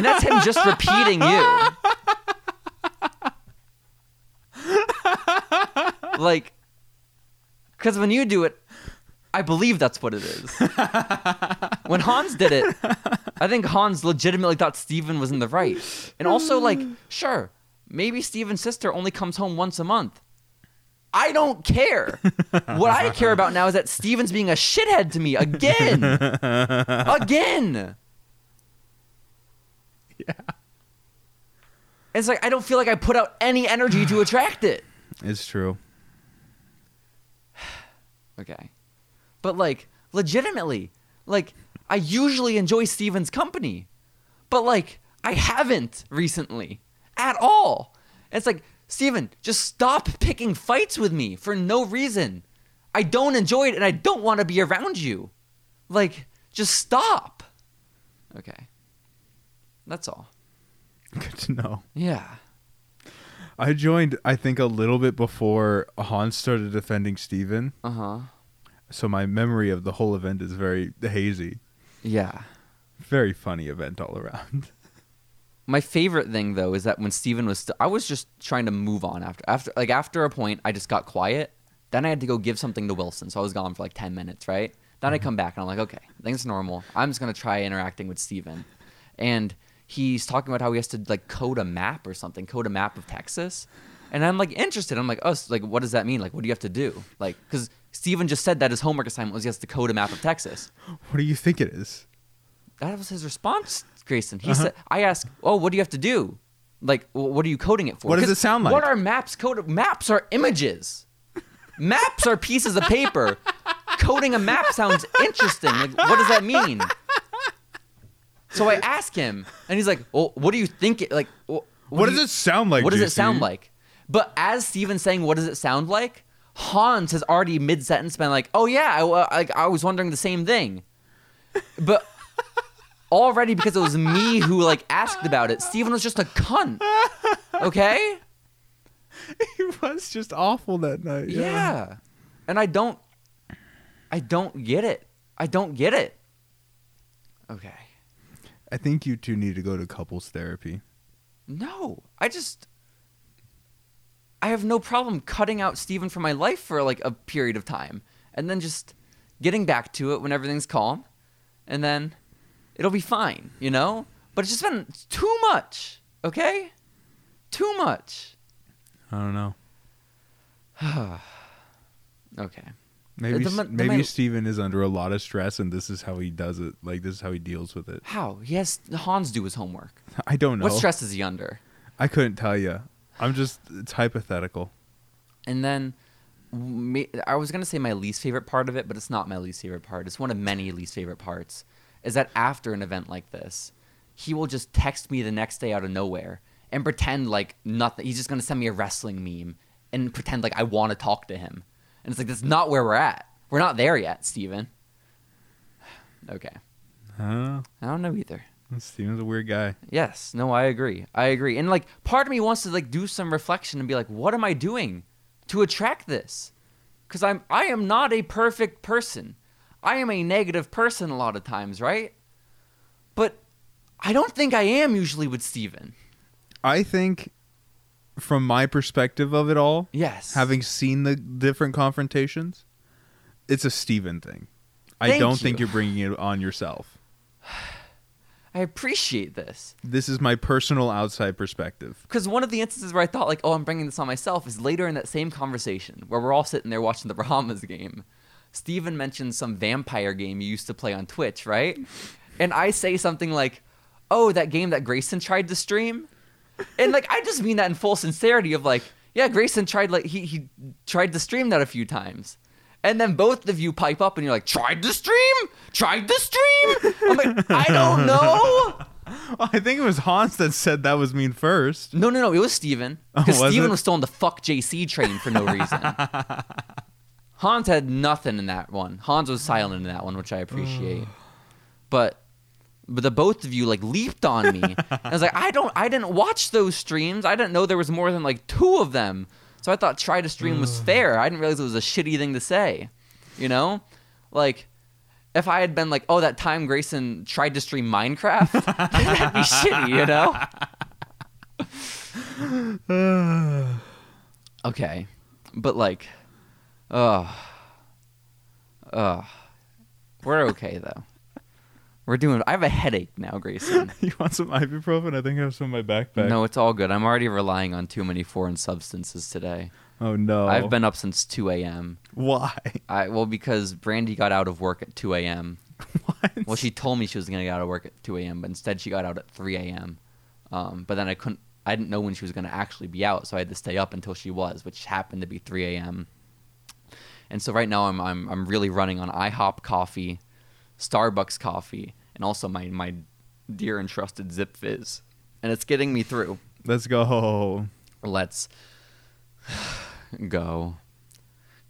S1: that's him just repeating you. like, because when you do it, I believe that's what it is. when Hans did it, I think Hans legitimately thought Steven was in the right. And also, like, sure, maybe Steven's sister only comes home once a month. I don't care. what I care about now is that Steven's being a shithead to me again. again. It's like I don't feel like I put out any energy to attract it.
S2: It's true.
S1: Okay. But like legitimately, like I usually enjoy Steven's company. But like I haven't recently at all. It's like Steven, just stop picking fights with me for no reason. I don't enjoy it and I don't want to be around you. Like just stop. Okay. That's all.
S2: Good to know.
S1: Yeah.
S2: I joined, I think, a little bit before Hans started defending Steven.
S1: Uh-huh.
S2: So my memory of the whole event is very hazy.
S1: Yeah.
S2: Very funny event all around.
S1: My favorite thing though is that when Steven was still I was just trying to move on after after like after a point I just got quiet. Then I had to go give something to Wilson, so I was gone for like 10 minutes, right? Then I come back and I'm like, okay, I think it's normal. I'm just going to try interacting with Steven. And he's talking about how he has to like code a map or something, code a map of Texas. And I'm like interested. I'm like, "Oh, so, like what does that mean? Like what do you have to do?" Like cuz Steven just said that his homework assignment was he has to code a map of Texas.
S2: What do you think it is?
S1: that was his response, Grayson.
S2: Uh-huh.
S1: He said, "I asked, oh, what do you have to do? Like, wh- what are you coding it for?
S2: What does
S1: 'Cause
S2: it sound like?
S1: What are maps coded? Maps are images. maps are pieces of paper. Coding a map sounds interesting. Like, what does that mean?" So I ask him, and he's like, "Well, what do you think? It, like, wh- what,
S2: What
S1: do
S2: does
S1: you-
S2: it sound like?
S1: what does it
S2: JC?
S1: sound like? But as Steven's saying, what does it sound like? Hans has already mid sentence been like, oh yeah, I, wa- like, I was wondering the same thing. But already because it was me who like asked about it, Steven was just a cunt. Okay?
S2: He was just awful that night.
S1: Yeah. And I don't, I don't get it. I don't get it. Okay.
S2: I think you two need to go to couples therapy.
S1: No, I just I have no problem cutting out Steven from my life for like a period of time and then just getting back to it when everything's calm and then it'll be fine, you know? But it's just been too much, okay? Too much.
S2: I don't know.
S1: Uh, Okay.
S2: Maybe
S1: The ma- the
S2: maybe
S1: ma-
S2: Steven is under a lot of stress and this is how he does it. Like this is how he deals with it.
S1: How? He has Hans do his homework.
S2: I don't know.
S1: What stress is he under?
S2: I couldn't tell you. I'm just it's hypothetical.
S1: And then me, I was going to say my least favorite part of it, but it's not my least favorite part. It's one of many least favorite parts is that after an event like this, he will just text me the next day out of nowhere and pretend like nothing. He's just going to send me a wrestling meme and pretend like I want to talk to him. And it's like, that's not where we're at. We're not there yet, Steven. Okay.
S2: Huh?
S1: I don't know either.
S2: Steven's a weird guy.
S1: Yes. No, I agree. I agree. And like part of me wants to like do some reflection and be like, what am I doing to attract this? Cuz I'm I am not a perfect person. I am a negative person a lot of times, right? But I don't think I am usually with Steven.
S2: I think, from my perspective of it all,
S1: Yes.
S2: having seen the different confrontations, it's a Steven thing. I
S1: Thank
S2: don't think
S1: you.
S2: you're bringing it on yourself.
S1: I appreciate this.
S2: This is my personal outside perspective.
S1: Because one of the instances where I thought, like, oh, I'm bringing this on myself is later in that same conversation where we're all sitting there watching the Bahamas game. Steven mentions some vampire game you used to play on Twitch, right? And I say something like, oh, that game that Grayson tried to stream? And, like, I just mean that in full sincerity of, like, yeah, Grayson tried, like, he, he tried to stream that a few times. And then both of you pipe up and you're like, tried to stream? Tried to stream? I'm like, I don't know.
S2: I think it was Hans that said that was mean first.
S1: No, no, no. It was Steven. Because
S2: Oh, was
S1: Steven
S2: it?
S1: was still on the fuck JC train for no reason. Hans had nothing in that one. Hans was silent in that one, which I appreciate. but but the both of you like leaped on me. I was like, I don't I didn't watch those streams. I didn't know there was more than like two of them. So I thought try to stream was fair. I didn't realize it was a shitty thing to say. You know? Like if I had been like, oh, that time Grayson tried to stream Minecraft, that'd be shitty, you know? Okay. But like uh uh we're okay though. We're doing I have a headache now, Grayson.
S2: you want some ibuprofen? I think I have some in my backpack.
S1: No, it's all good. I'm already relying on too many foreign substances today.
S2: Oh no.
S1: I've been up since 2 a.m.
S2: Why?
S1: I well because Brandy got out of work at 2 a.m.
S2: what?
S1: Well, she told me she was gonna get out of work at 2 a.m., but instead she got out at 3 a.m. Um, but then I couldn't. I didn't know when she was gonna actually be out, so I had to stay up until she was, which happened to be 3 a.m. And so right now I'm I'm I'm really running on IHOP coffee, Starbucks coffee, and also my my dear and trusted Zip Fizz, and it's getting me through.
S2: Let's go.
S1: Let's go,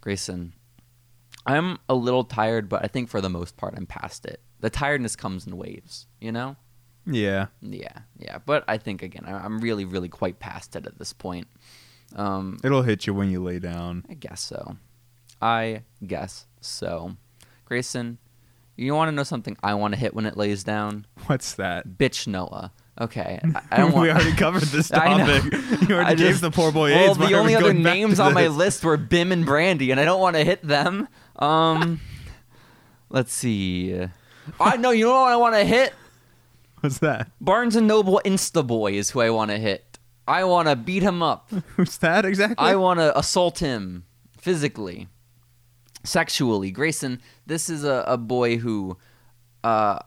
S1: Grayson. I'm a little tired, but I think for the most part I'm past it. The tiredness comes in waves, you know.
S2: Yeah.
S1: Yeah, yeah. But I think again, I- I'm really, really quite past it at this point. Um,
S2: It'll hit you when you lay down.
S1: I guess so. I guess so. Grayson, you want to know something? I want to hit when it lays down.
S2: What's that?
S1: Bitch, Noah. Okay, I, I don't want.
S2: we already covered this
S1: I know.
S2: topic. You already
S1: I
S2: gave
S1: just-
S2: the poor boy
S1: well,
S2: AIDS. Why
S1: the
S2: are
S1: only
S2: we
S1: other
S2: going back
S1: names
S2: to
S1: on my
S2: this?
S1: list were Bim and Brandy, and I don't want to hit them. Um, let's see. I know you know what I want to hit.
S2: What's that?
S1: Barnes and Noble Insta Boy is who I want to hit. I want to beat him up.
S2: Who's that exactly?
S1: I want to assault him physically, sexually. Grayson, this is a, a boy who uh,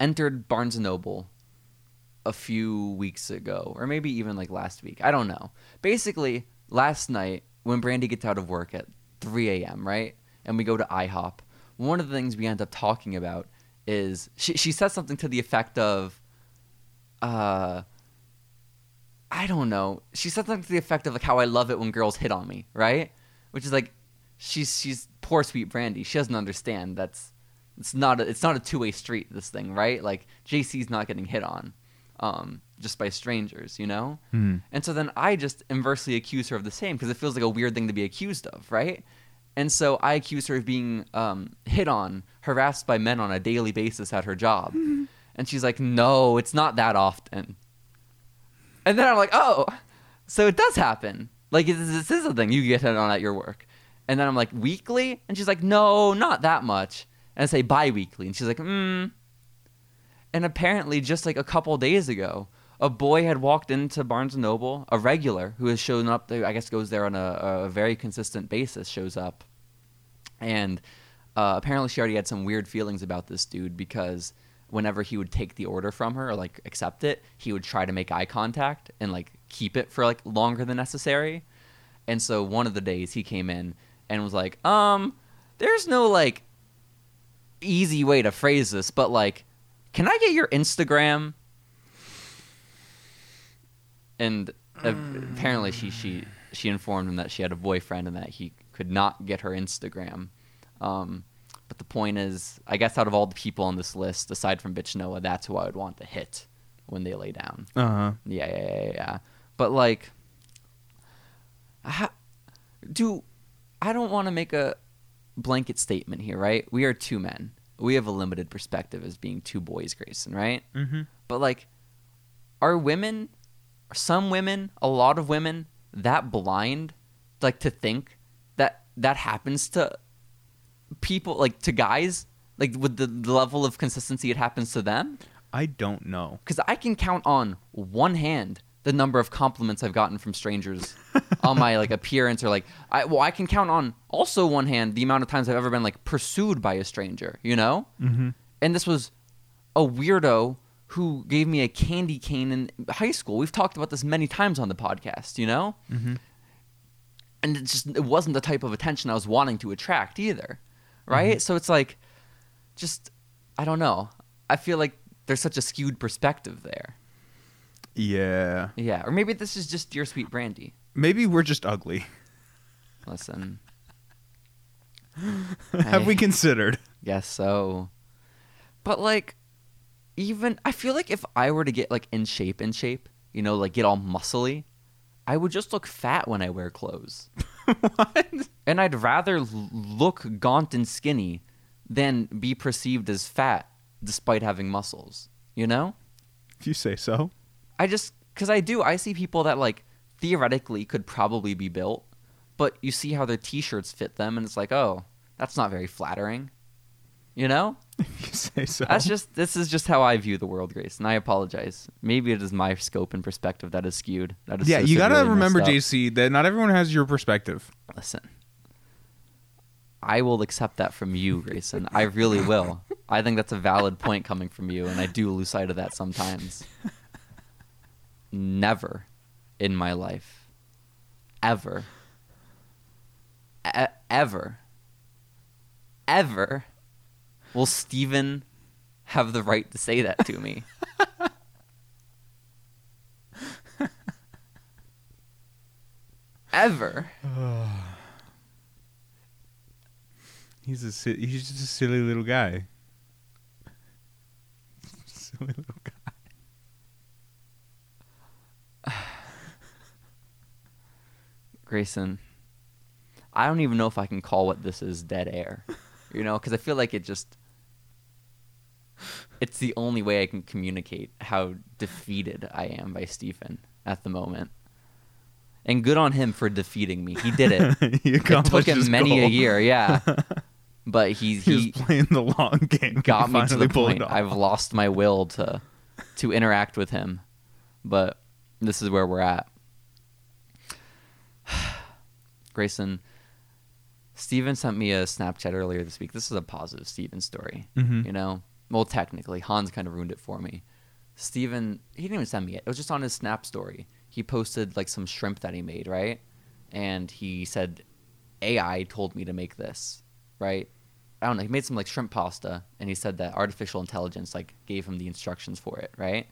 S1: entered Barnes & Noble a few weeks ago, or maybe even like last week. I don't know. Basically, last night when Brandy gets out of work at 3 a.m., right? And we go to IHOP, one of the things we end up talking about is she, she says something to the effect of, uh, I don't know. She said something to the effect of like how I love it when girls hit on me, right? Which is like, she's she's poor sweet Brandy. She doesn't understand that's it's not a, it's not a two way street. This thing, right? Like JC's not getting hit on, um, just by strangers, you know.
S2: Hmm.
S1: And so then I just inversely accuse her of the same because it feels like a weird thing to be accused of, right? And so I accuse her of being um, hit on, harassed by men on a daily basis at her job. And she's like, no, it's not that often. And then I'm like, oh, so it does happen. Like, this- this is a thing you get hit on at your work. And then I'm like, weekly? And she's like, no, not that much. And I say bi weekly. And she's like, mm, and apparently, just like a couple days ago, a boy had walked into Barnes and Noble, a regular who has shown up. I guess goes there on a, a very consistent basis. Shows up, and uh, apparently, she already had some weird feelings about this dude because whenever he would take the order from her or like accept it, he would try to make eye contact and like keep it for like longer than necessary. And so one of the days he came in and was like, um, there's no like easy way to phrase this, but like, can I get your Instagram? And uh, apparently, she she she informed him that she had a boyfriend and that he could not get her Instagram. Um, But the point is, I guess out of all the people on this list, aside from Bitch Noah, that's who I would want to hit when they lay down.
S2: Uh huh.
S1: Yeah, yeah, yeah, yeah, yeah. But like, ha- do I don't want to make a blanket statement here, right? We are two men. We have a limited perspective as being two boys, Grayson, right?
S2: Mm-hmm.
S1: But like, are women, some women, a lot of women, that blind, like to think that that happens to people, like to guys, like with the the level of consistency it happens to them?
S2: I don't know.
S1: because I can count on one hand the number of compliments I've gotten from strangers on my like appearance or like I well I can count on also one hand the amount of times I've ever been like pursued by a stranger, you know. Mm-hmm. And this was a weirdo who gave me a candy cane in high school. We've talked about this many times on the podcast, you know. Mm-hmm. And it just it wasn't the type of attention I was wanting to attract either, right? So it's like just I don't know. I feel like there's such a skewed perspective there.
S2: Yeah.
S1: Yeah, or maybe this is just dear sweet brandy.
S2: Maybe we're just ugly.
S1: Listen,
S2: Have we considered?
S1: guess so. But like, even I feel like if I were to get like in shape, in shape, you know, like get all muscly, I would just look fat when I wear clothes.
S2: what?
S1: And I'd rather l- look gaunt and skinny than be perceived as fat despite having muscles. You know?
S2: If you say so.
S1: I just because I do. I see people that like theoretically could probably be built, but you see how their T-shirts fit them, and it's like, oh, that's not very flattering. You know,
S2: If you say so.
S1: that's just this is just how I view the world, Grace, and I apologize. Maybe it is my scope and perspective that is skewed. That is
S2: yeah,
S1: so
S2: you gotta
S1: severely
S2: remember,
S1: messed up.
S2: JC, that not everyone has your perspective.
S1: Listen, I will accept that from you, Grayson. I really will. I think that's a valid point coming from you, and I do lose sight of that sometimes. Never in my life, ever, e- ever, ever will Steven have the right to say that to me. ever.
S2: He's a si- he's just a silly little guy. silly little guy.
S1: Grayson, I don't even know if I can call what this is dead air, you know, because I feel like it just. It's the only way I can communicate how defeated I am by Stephen at the moment. And good on him for defeating me. He did it. it
S2: he
S1: took
S2: accomplished his
S1: him many a
S2: goal.
S1: year, yeah. But he,
S2: He, was
S1: he
S2: playing the long game.
S1: got
S2: He
S1: me to
S2: finally
S1: the
S2: pulled it
S1: point.
S2: off.
S1: I've lost my will to to interact with him. But this is where we're at. Grayson, Steven sent me a Snapchat earlier this week. This is a positive Steven story.
S2: Mhm.
S1: You know? Well, technically, Hans kind of ruined it for me. Steven, he didn't even send me it. It was just on his Snap story. He posted like some shrimp that he made, right? And he said, AI told me to make this, right? I don't know. He made some like shrimp pasta, and he said that artificial intelligence like gave him the instructions for it, right?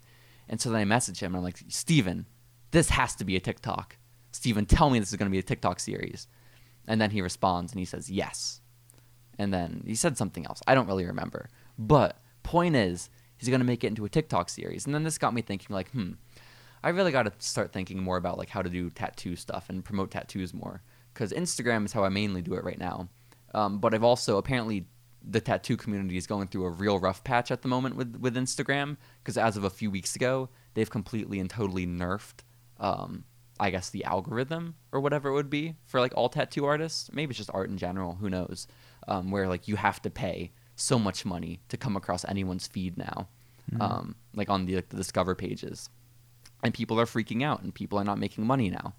S1: And so then I messaged him, and I'm like, Steven, this has to be a TikTok. Steven, tell me this is going to be a TikTok series. And then he responds, and he says, yes. And then he said something else. I don't really remember. But point is, he's going to make it into a TikTok series. And then this got me thinking, like, hmm, I really got to start thinking more about like how to do tattoo stuff and promote tattoos more because Instagram is how I mainly do it right now. Um, but I've also apparently the tattoo community is going through a real rough patch at the moment with with Instagram because as of a few weeks ago they've completely and totally nerfed, um, I guess the algorithm or whatever it would be for like all tattoo artists. Maybe it's just art in general. Who knows? Um, where like you have to pay so much money to come across anyone's feed now, um, like on the, like, the discover pages and people are freaking out and people are not making money now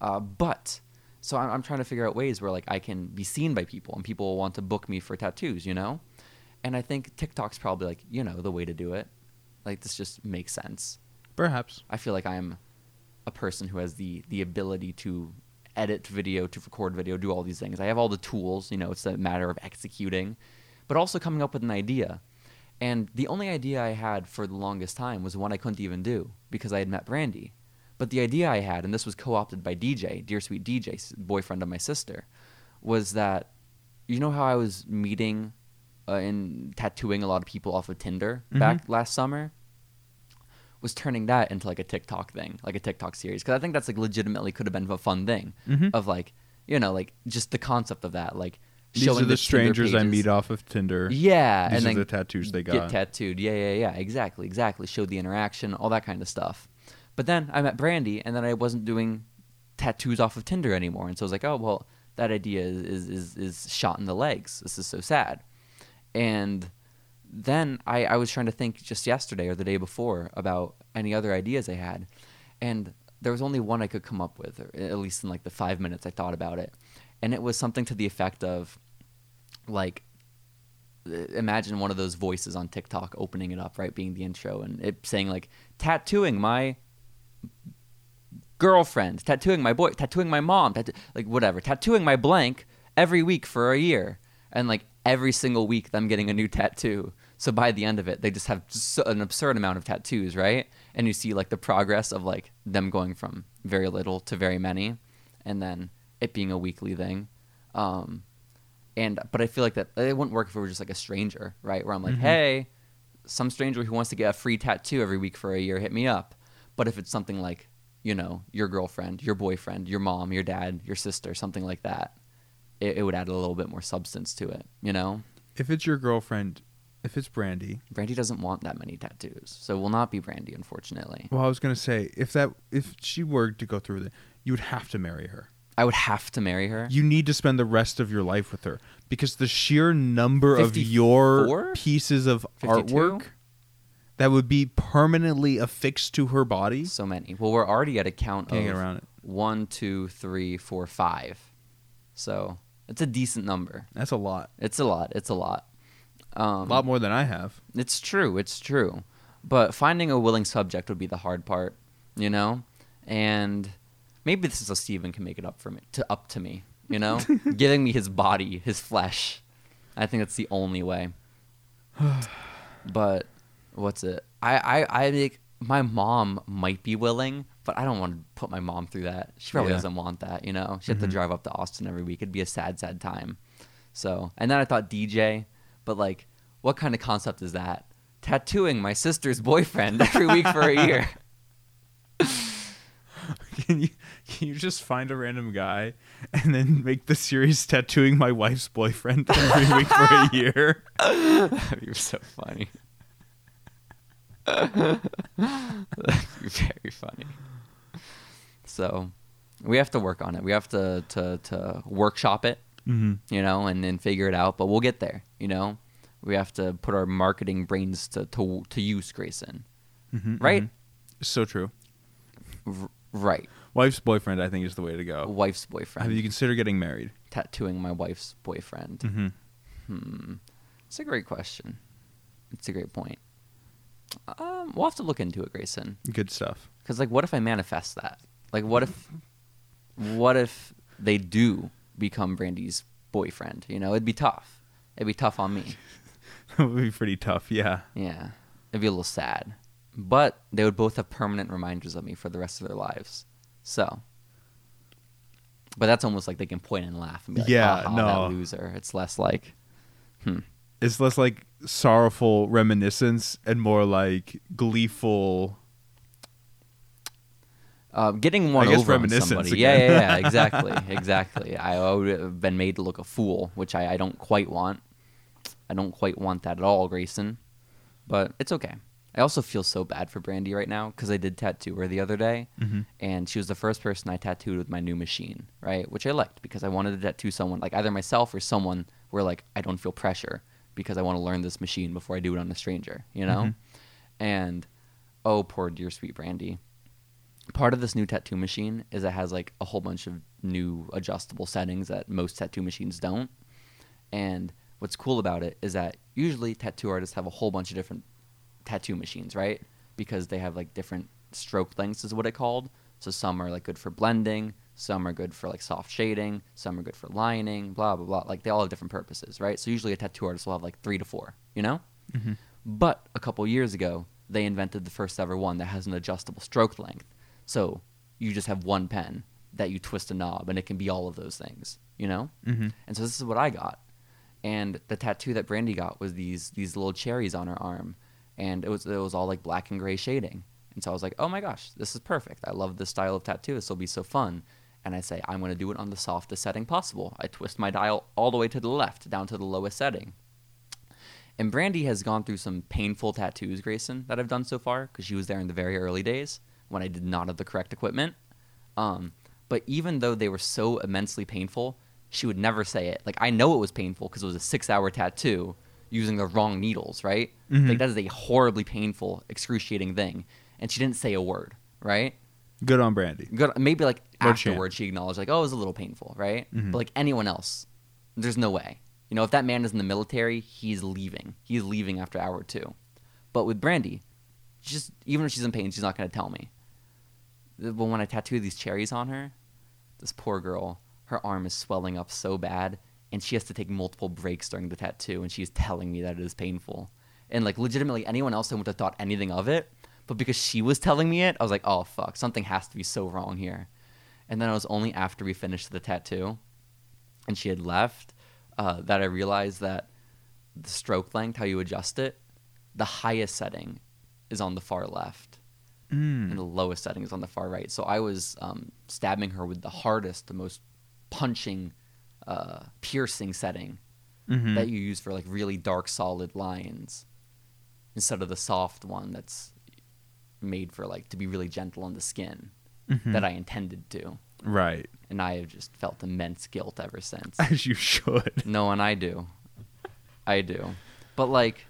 S1: uh, but so I'm, I'm trying to figure out ways where like i can be seen by people and people will want to book me for tattoos you know and i think tiktok's probably like you know the way to do it like this just makes sense
S2: Perhaps.
S1: I feel like I'm a person who has the the ability to edit video, to record video, do all these things. I have all the tools, you know, it's a matter of executing, but also coming up with an idea. And the only idea I had for the longest time was one I couldn't even do because I had met Brandy. But the idea I had, and this was co-opted by DJ, dear sweet DJ, s- boyfriend of my sister, was that you know how I was meeting uh, in tattooing a lot of people off of Tinder back last summer was turning that into like a TikTok thing, like a TikTok series, because I think that's like legitimately could have been a fun thing of like you know like just the concept of that like
S2: These
S1: showing
S2: are the,
S1: Tinder
S2: strangers I
S1: pages.
S2: meet off of Tinder.
S1: Yeah,
S2: These
S1: and
S2: are
S1: then
S2: the tattoos they
S1: get
S2: got.
S1: tattooed. Yeah, yeah, yeah. Exactly, exactly. Showed the interaction, all that kind of stuff. But then I met Brandy, and then I wasn't doing tattoos off of Tinder anymore, and so I was like, oh well, that idea is is is, is shot in the legs. This is so sad. And then I, I was trying to think just yesterday or the day before about any other ideas I had, and there was only one I could come up with, or at least in like the five minutes I thought about it, and it was something to the effect of, like, imagine one of those voices on TikTok opening it up, right, being the intro, and it saying like tattooing my girlfriend, tattooing my boy, tattooing my mom, tattoo- like whatever, tattooing my blank every week for a year, and like every single week them getting a new tattoo. So by the end of it, they just have s an absurd amount of tattoos, right? And you see like the progress of like them going from very little to very many, and then it being a weekly thing. Um, and but I feel like that it wouldn't work if it were just like a stranger, right? Where I'm
S2: Mm-hmm.
S1: like, hey, some stranger who wants to get a free tattoo every week for a year, hit me up. But if it's something like, you know, your girlfriend, your boyfriend, your mom, your dad, your sister, something like that, it, it would add a little bit more substance to it, you know?
S2: If it's your girlfriend, if it's Brandy,
S1: Brandy doesn't want that many tattoos, so it will not be Brandy, unfortunately.
S2: well, I was gonna say if that if she were to go through with it, you would have to marry her.
S1: I would have to marry her.
S2: You need to spend the rest of your life with her because the sheer number of
S1: 54?
S2: your pieces of
S1: 52?
S2: artwork that would be permanently affixed to her body.
S1: So many. Well, we're already at a count
S2: Can't
S1: of
S2: get around it.
S1: one, two, three, four, five. So it's a decent number.
S2: That's a lot.
S1: It's a lot. It's a lot. Um,
S2: A lot more than I have.
S1: It's true. It's true. But finding a willing subject would be the hard part, you know. And maybe this is how Steven can make it up for me, to up to me, you know, giving me his body, his flesh. I think that's the only way. but what's it? I I I think my mom might be willing, but I don't want to put my mom through that. She probably
S2: Yeah.
S1: doesn't want that, you know. She had to drive up to Austin every week. It'd be a sad, sad time. So, and then I thought DJ, but like, what kind of concept is that? Tattooing my sister's boyfriend every week for a year.
S2: Can you can you just find a random guy and then make the series tattooing my wife's boyfriend every week for a year?
S1: You're so funny. You're very funny. So, we have to work on it. We have to to to workshop it,
S2: Mm-hmm.
S1: you know, and then figure it out. But we'll get there, you know. We have to put our marketing brains to to to use, Grayson. Right,
S2: mm-hmm, So true.
S1: right.
S2: Wife's boyfriend, I think, is the way to go.
S1: Wife's
S2: Oh. Have
S1: boyfriend
S2: you consider getting married?
S1: tattooing my wife's boyfriend.
S2: Mm-hmm.
S1: It's a great question. It's a great point. Um, we'll have to look into it, Grayson.
S2: Good stuff.
S1: Because like, what if I manifest that? Like, what if, what if they do become Brandy's boyfriend? You know, it'd be tough. It'd be tough on me.
S2: that would be pretty tough. Yeah.
S1: Yeah, it'd be a little sad. But they would both have permanent reminders of me for the rest of their lives. So, but that's almost like they can point and laugh and be like,
S2: Yeah,
S1: "Ha ha, that
S2: no.
S1: loser." It's less like
S2: It's less like sorrowful reminiscence and more like gleeful.
S1: Um, getting one
S2: I guess
S1: over on
S2: reminiscence
S1: somebody. Yeah,
S2: again.
S1: yeah, yeah, exactly, exactly. I would have been made to look a fool, which I, I don't quite want. I don't quite want that at all, Grayson. But it's okay. I also feel so bad for Brandy right now because I did tattoo her the other day,
S2: Mm-hmm.
S1: and she was the first person I tattooed with my new machine, right? Which I liked because I wanted to tattoo someone, like either myself or someone where like I don't feel pressure because I want to learn this machine before I do it on a stranger, you know?
S2: Mm-hmm.
S1: And oh, poor dear sweet Brandy part of this new tattoo machine is it has like a whole bunch of new adjustable settings that most tattoo machines don't. And what's cool about it is that usually tattoo artists have a whole bunch of different tattoo machines, right? Because they have like different stroke lengths is what it called. So some are like good for blending, some are good for like soft shading, some are good for lining, blah blah blah. Like they all have different purposes, right? So usually a tattoo artist will have like 3 to 4, you know? But a couple years ago, they invented the first ever one that has an adjustable stroke length. So you just have one pen that you twist a knob and it can be all of those things, you know? Mm-hmm. And so this is what I got. and the tattoo that Brandy got was these these little cherries on her arm, and it was it was all like black and gray shading. And so I was like, oh my gosh, this is perfect. I love this style of tattoo. This will be so fun. And I say, I'm going to do it on the softest setting possible. I twist my dial all the way to the left, down to the lowest setting. And Brandy has gone through some painful tattoos, Grayson, that I've done so far, because she was there in the very early days when I did not have the correct equipment. Um, but even though they were so immensely painful, she would never say it. Like I know it was painful because it was a six-hour tattoo using the wrong needles, right? Like that is a horribly painful, excruciating thing, and she didn't say a word, right?
S2: Good on Brandy.
S1: Good, maybe like
S2: Or chant.
S1: afterward she acknowledged like, oh, it was a little painful, right? But like anyone else, there's no way. You know, if that man is in the military, he's leaving. He's leaving after hour two. But with Brandy, just even if she's in pain, she's not going to tell me. But when I tattoo these cherries on her, this poor girl, her arm is swelling up so bad, and she has to take multiple breaks during the tattoo, and she's telling me that it is painful. And like legitimately, anyone else I would have thought anything of it, but because she was telling me it, I was like, oh fuck, something has to be so wrong here. And then it was only after we finished the tattoo, and she had left, uh, that I realized that the stroke length, how you adjust it, the highest setting is on the far left
S2: Mm,
S1: and the lowest setting is on the far right. So I was um, stabbing her with the hardest, the most punching, uh, piercing setting
S2: Hmm. mm-hmm.
S1: that you use for like really dark, solid lines, instead of the soft one that's made for like to be really gentle on the skin that I intended to.
S2: Right.
S1: And I have just felt immense guilt ever since.
S2: As you should.
S1: No, and I do. I do. But like,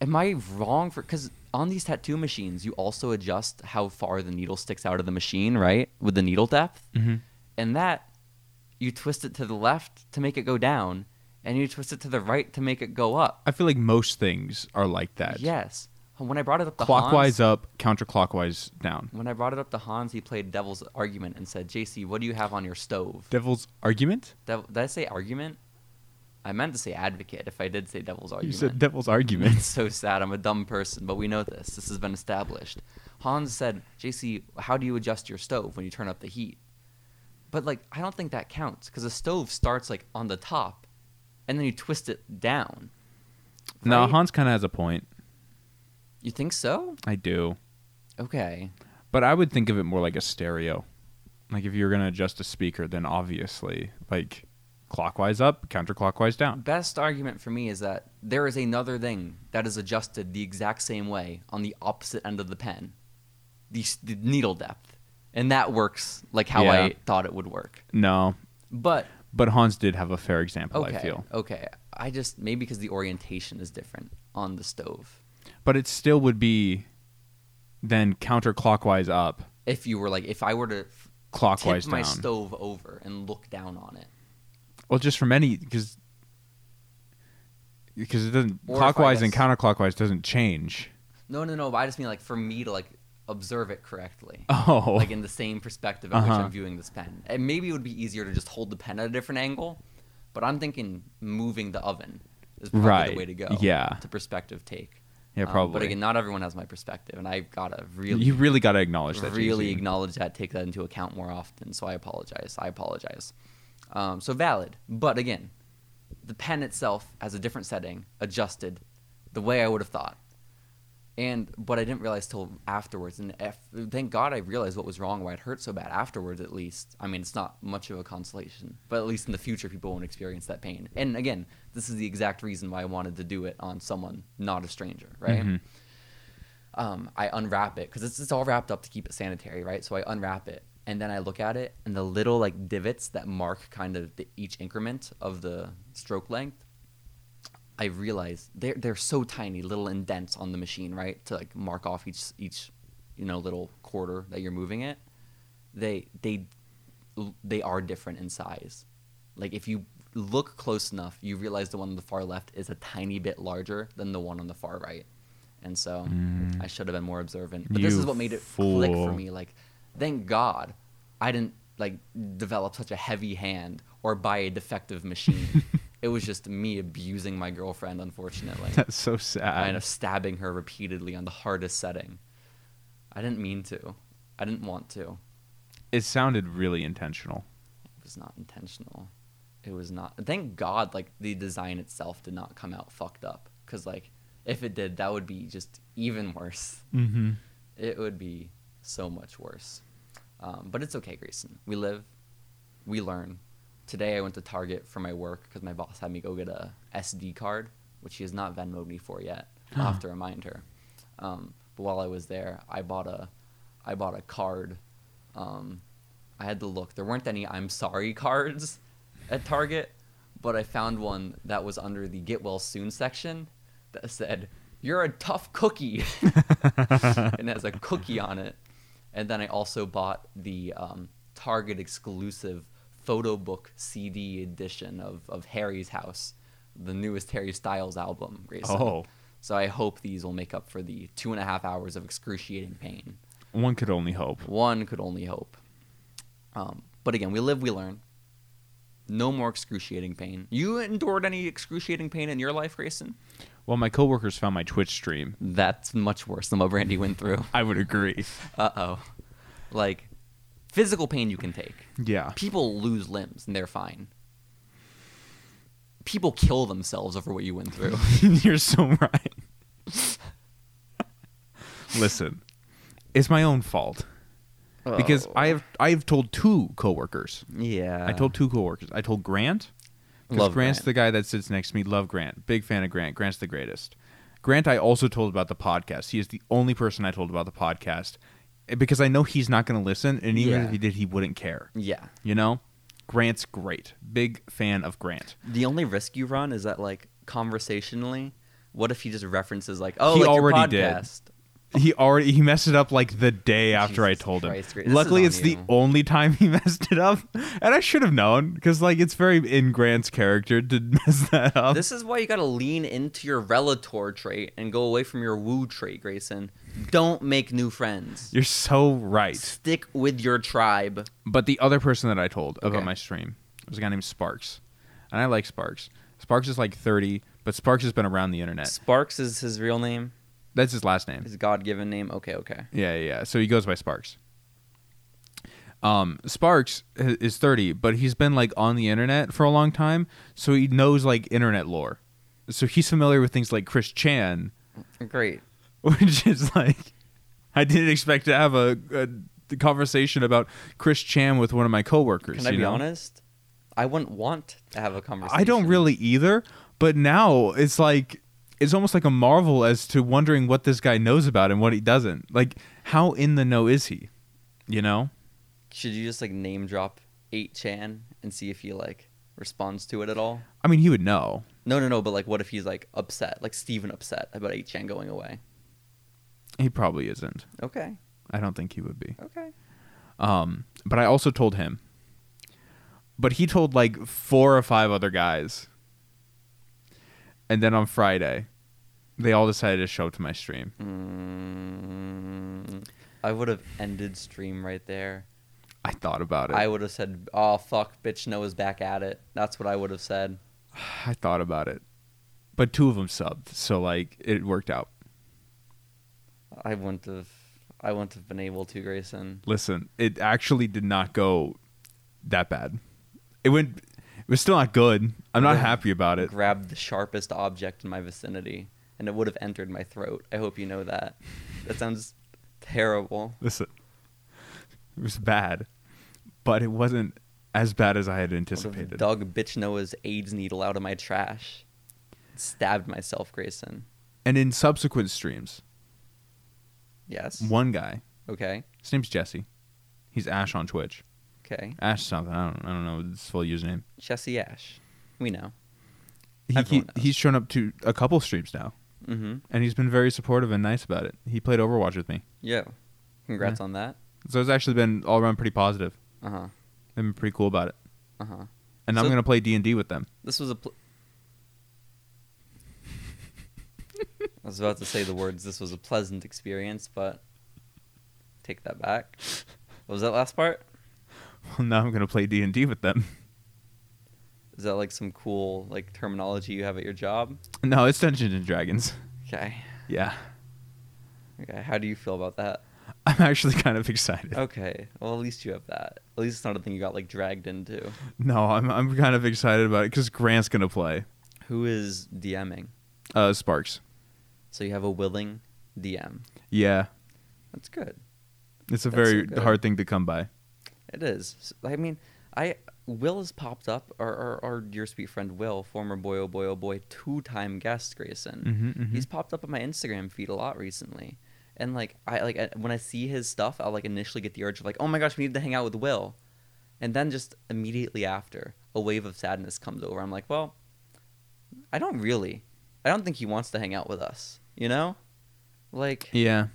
S1: am I wrong for? Because on these tattoo machines, you also adjust how far the needle sticks out of the machine, right? With the needle depth,
S2: Mm-hmm.
S1: and that you twist it to the left to make it go down, and you twist it to the right to make it go up.
S2: I feel like most things are like that.
S1: Yes. When I brought it up to
S2: Clockwise
S1: Hans,
S2: up, counterclockwise down.
S1: when I brought it up to Hans, he played devil's argument and said, "JC, what do you have on your stove?"
S2: Devil's argument?
S1: Dev- did I say argument? I meant to say advocate. If I did say devil's
S2: You
S1: argument,
S2: said devil's argument.
S1: It's so sad. I'm a dumb person, but we know this. This has been established. Hans said, JC, how do you adjust your stove when you turn up the heat? But, like, I don't think that counts because a stove starts, like, on the top and then you twist it down.
S2: No,
S1: Right?
S2: Hans kind of has a point.
S1: You think so?
S2: I do.
S1: Okay.
S2: But I would think of it more like a stereo. Like if you're going to adjust a speaker, then obviously, like clockwise up, counterclockwise down.
S1: Best argument for me is that there is another thing that is adjusted the exact same way on the opposite end of the pen the, s- the needle depth. And that works like how
S2: Yeah.
S1: I thought it would work.
S2: No,
S1: But
S2: but Hans did have a fair example,
S1: Okay.
S2: I feel.
S1: Okay. I just maybe because the orientation is different on the stove.
S2: But it still would be then counterclockwise up,
S1: If you were like, if I were to f-
S2: clockwise
S1: tip my
S2: down.
S1: stove over and look down on it,
S2: Well, just from any because because it doesn't
S1: Or if I
S2: clockwise and
S1: guess-
S2: counterclockwise doesn't change.
S1: no, no, no. But I just mean like for me to like observe it correctly,
S2: Oh,
S1: like um, in the same perspective in which
S2: Uh-huh.
S1: I'm viewing this pen. And maybe it would be easier to just hold the pen at a different angle. But I'm thinking moving the oven is probably
S2: Right.
S1: the way to go.
S2: Yeah.
S1: To perspective take.
S2: yeah,
S1: Um,
S2: probably.
S1: but again, not everyone has my perspective, and I've got to really
S2: you really got to acknowledge that.
S1: really
S2: JC.
S1: acknowledge that, take that into account more often. So I apologize. I apologize. Um, so valid, but again, the pen itself has a different setting, adjusted the way I would have thought. And what I didn't realize till afterwards, and if, thank God I realized what was wrong, why it hurt so bad afterwards. At least, I mean, it's not much of a consolation, but at least in the future, people won't experience that pain. And again, this is the exact reason why I wanted to do it on someone, not a stranger, right?
S2: Mm-hmm.
S1: um, I unwrap it because it's, it's all wrapped up to keep it sanitary, right? So I unwrap it and then I look at it and the little like divots that mark kind of the, each increment of the stroke length. I realize they're they're so tiny, little indents on the machine, right? To like mark off each each you know little quarter that you're moving it. They they they are different in size. Like if you look close enough, you realize the one on the far left is a tiny bit larger than the one on the far right. And so I should have been more observant. But this
S2: Mm. You
S1: is what made it click for
S2: fool.
S1: me. Like, thank God I didn't like develop such a heavy hand or buy a defective machine. it was just me abusing my girlfriend, unfortunately.
S2: That's so sad.
S1: and of stabbing her repeatedly on the hardest setting. I didn't mean to. I didn't want to.
S2: It sounded really intentional.
S1: It was not intentional. it was not. Thank God, like the design itself did not come out fucked up. Cause like if it did, that would be just even worse.
S2: Mm-hmm.
S1: It would be so much worse. Um, but it's okay, Grayson. We live, we learn. Today I went to Target for my work because my boss had me go get a SD card, which she has not Venmoed me for yet. I'll have to remind her. Um, but while I was there, I bought a, I bought a card. Um, I had to look. There weren't any I'm sorry cards at Target, but I found one that was under the Get Well Soon section that said, You're a tough cookie. and has a cookie on it. And then I also bought the um, Target exclusive photo book CD edition of, of Harry's House, the newest Harry Styles album. Grayson.
S2: Oh.
S1: So I hope these will make up for the two and a half hours of excruciating pain.
S2: One could only hope.
S1: One could only hope. Um, but again, we live, we learn. No more excruciating pain. You endured any excruciating pain in your life, Grayson?
S2: Well, my coworkers found my Twitch stream.
S1: That's much worse than what Randy went through.
S2: I would agree.
S1: Uh oh. Like, physical pain you can take.
S2: Yeah.
S1: People lose limbs and they're fine. People kill themselves over what you went through.
S2: You're so right. Listen, it's my own fault
S1: Oh.
S2: because I have I have told two coworkers.
S1: Yeah.
S2: I told two coworkers. I told Grant. 'cause
S1: Love
S2: Grant's
S1: Grant.
S2: the guy that sits next to me. Love Grant. Big fan of Grant. Grant's the greatest. Grant, I also told about the podcast. He is the only person I told about the podcast eh, because I know he's not going to listen, and even
S1: Yeah.
S2: if he did, he wouldn't care.
S1: Yeah.
S2: You know, Grant's great. Big fan of Grant.
S1: The only risk you run is that, like, conversationally, what if he just references, like, oh,
S2: He
S1: like your
S2: already did.
S1: podcast?
S2: He already he messed it up like the day after I
S1: Jesus
S2: told him.
S1: Christ, Grant, this
S2: Luckily,
S1: is
S2: it's
S1: on
S2: the
S1: you.
S2: only time he messed it up, and I should have known because like it's very in Grant's character to mess that up.
S1: This is why you gotta lean into your relator trait and go away from your woo trait, Grayson. Don't make new friends.
S2: You're so right.
S1: Stick with your tribe.
S2: But the other person that I told about
S1: Okay.
S2: my stream was a guy named Sparks, and I like Sparks. Sparks is like 30, but Sparks has been around the internet.
S1: Sparks is his real name,
S2: That's his last name.
S1: his God given name. Okay, okay.
S2: Yeah, yeah, yeah. So he goes by Sparks. Um, Sparks i- is 30, but he's been like on the internet for a long time, so he knows like internet lore. So he's familiar with things like Chris Chan,
S1: Great.
S2: which is like I didn't expect to have a, a conversation about Chris Chan with one of my coworkers.
S1: Can I
S2: you
S1: be
S2: know?
S1: honest? I wouldn't want to have a conversation.
S2: I don't really either, but now it's like it's almost like a marvel as to wondering what this guy knows about and what he doesn't. Like how in the know is he? You know?
S1: Should you just like name drop 8chan and see if he like responds to it at all?
S2: I mean, he would know.
S1: No, no, no, but like what if he's like upset, like Steven upset about 8chan going away?
S2: He probably isn't.
S1: Okay,
S2: I don't think he would be.
S1: okay.
S2: Um, but I also told him. But he told like four or five other guys. And then on Friday, they all decided to show up to my stream.
S1: Mm, I would have ended stream right there.
S2: I thought about it.
S1: I
S2: I,
S1: would have said, "Oh fuck, bitch Noah's back at it." That's what I would have said.
S2: thought about it. But two of them subbed, so like it worked out.
S1: I wouldn't have. I wouldn't have been able to, Grayson.
S2: Listen, it actually did not go that bad. It went it was still not good. I'm not
S1: Yeah.
S2: happy about it.
S1: Grabbed the sharpest object in my vicinity, and it would have entered my throat. I hope you know that. That sounds terrible.
S2: Listen, it was bad, but it wasn't as bad as I
S1: Would
S2: had
S1: have
S2: anticipated.
S1: dug bitch Noah's AIDS needle out of my trash. Stabbed myself, Grayson.
S2: And in subsequent streams,
S1: Yes.
S2: one guy,
S1: Okay.
S2: his name's Jesse, he's Ash on Twitch.
S1: Okay.
S2: Ash something. I don't. I don't know his full username.
S1: Jesse Ash. We know.
S2: He, he
S1: Everyone knows.
S2: he's shown up to a couple streams now,
S1: Mm-hmm.
S2: and he's been very supportive and nice about it. He played Overwatch with me,
S1: Yeah. Congrats on that.
S2: so it's actually been all around pretty positive.
S1: Uh huh.
S2: They've been pretty cool about it,
S1: Uh huh.
S2: and I'm
S1: So-
S2: gonna play D and D with them.
S1: This was a. Pl- I was about to say the words. This was a pleasant experience, but take that back. What was that last part?
S2: now I'm gonna play D and D with them.
S1: Is that like some cool like terminology you have at your job?
S2: no, it's Dungeons and Dragons.
S1: Okay.
S2: Yeah.
S1: Okay. How do you feel about that?
S2: I'm actually kind of excited.
S1: Okay. Well, at least you have that. At least it's not a thing you got like dragged into.
S2: No, I'm I'm kind of excited about it because Grant's gonna play
S1: Who is DMing?
S2: uh, Sparks.
S1: So you have a willing DM.
S2: Yeah,
S1: That's good.
S2: it's a
S1: That's
S2: very
S1: so good.
S2: hard thing to come by.
S1: It is. S- I mean, I Will has popped up, our our, our dear sweet friend Will, former boy oh boy oh boy two time guest Grayson.
S2: Mhm, mhm.
S1: He's popped up on my Instagram feed a lot recently, and like I like uh, when I see his stuff, I'll like initially get the urge of like, oh my gosh, we need to hang out with Will, and then just immediately after, a wave of sadness comes over. I'm like, well, I don't really, I don't think he wants to hang out with us, you know, like
S2: Yeah,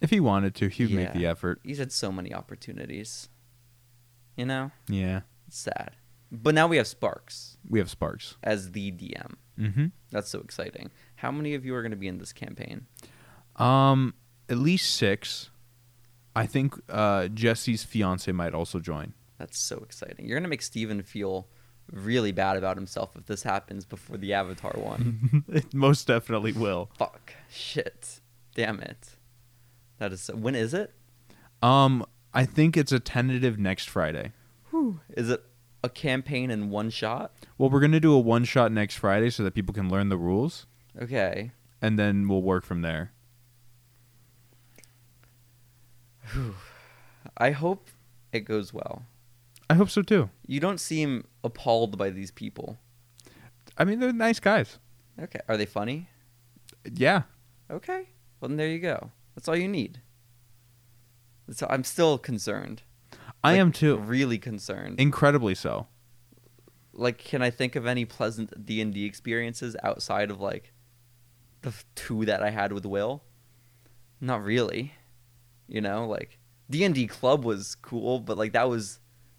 S2: if he wanted to, he'd make
S1: Yeah.
S2: the effort.
S1: he's had so many opportunities, you know.
S2: Yeah,
S1: sad. But now we have Sparks
S2: we have Sparks.
S1: as the DM.
S2: Mm-hmm.
S1: That's so exciting. How many of you are going to be in this campaign?
S2: Um, at least six. I think uh, Jesse's fiance might also join.
S1: That's so exciting. You're going to make Steven feel really bad about himself if this happens before the Avatar one.
S2: it most definitely will.
S1: Fuck. Shit. Damn it. That is so. When is it?
S2: Um, I think it's a tentative next Friday.
S1: Whew. Is it a campaign in one shot?
S2: Well, we're gonna do a one shot next Friday so that people can learn the rules,
S1: Okay.
S2: and then we'll work from there.
S1: I hope it goes well.
S2: I hope so too.
S1: You don't seem appalled by these people.
S2: I mean, they're nice guys.
S1: Okay. Are they funny?
S2: Yeah.
S1: Okay. Well, then there you go. That's all you need. So I'm still concerned.
S2: I
S1: Like,
S2: am too.
S1: Really concerned.
S2: Incredibly so.
S1: like, can I think of any pleasant D and D experiences outside of like the f- two that I had with Will? Not really. You know, like D and D club was cool, but like that was,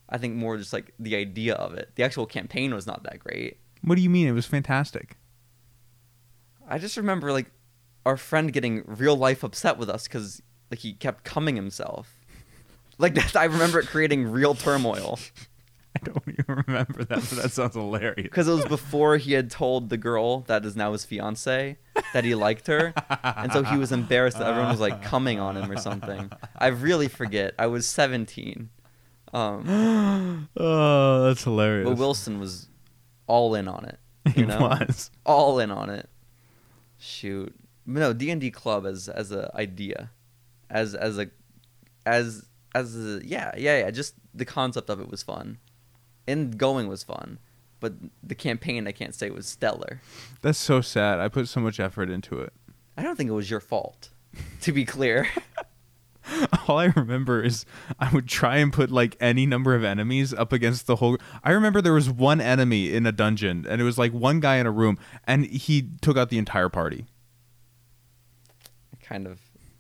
S1: I think more just like the idea of it. The actual campaign was not that great.
S2: What do you mean? It was fantastic.
S1: I just remember like our friend getting real life upset with us because like he kept coming himself. Like that, I remember it creating real turmoil
S2: I don't even remember that, but that sounds hilarious.
S1: because it was before he had told the girl that is now his fiance that he liked her, and so he was embarrassed that everyone was like coming on him or something. I really forget. I was seventeen, um,
S2: oh, that's hilarious.
S1: but Wilson was all in on it. You know,
S2: was.
S1: all in on it. Shoot, no D and D club as as a idea, as as a as as a, yeah yeah yeah. Just the concept of it was fun, and going was fun, but the campaign I can't say was stellar.
S2: That's so sad. I put so much effort into it.
S1: I don't think it was your fault, to be clear.
S2: All I remember is I would try and put like any number of enemies up against the whole. I remember there was one enemy in a dungeon, and it was like one guy in a room, and he took out the entire party.
S1: kind of.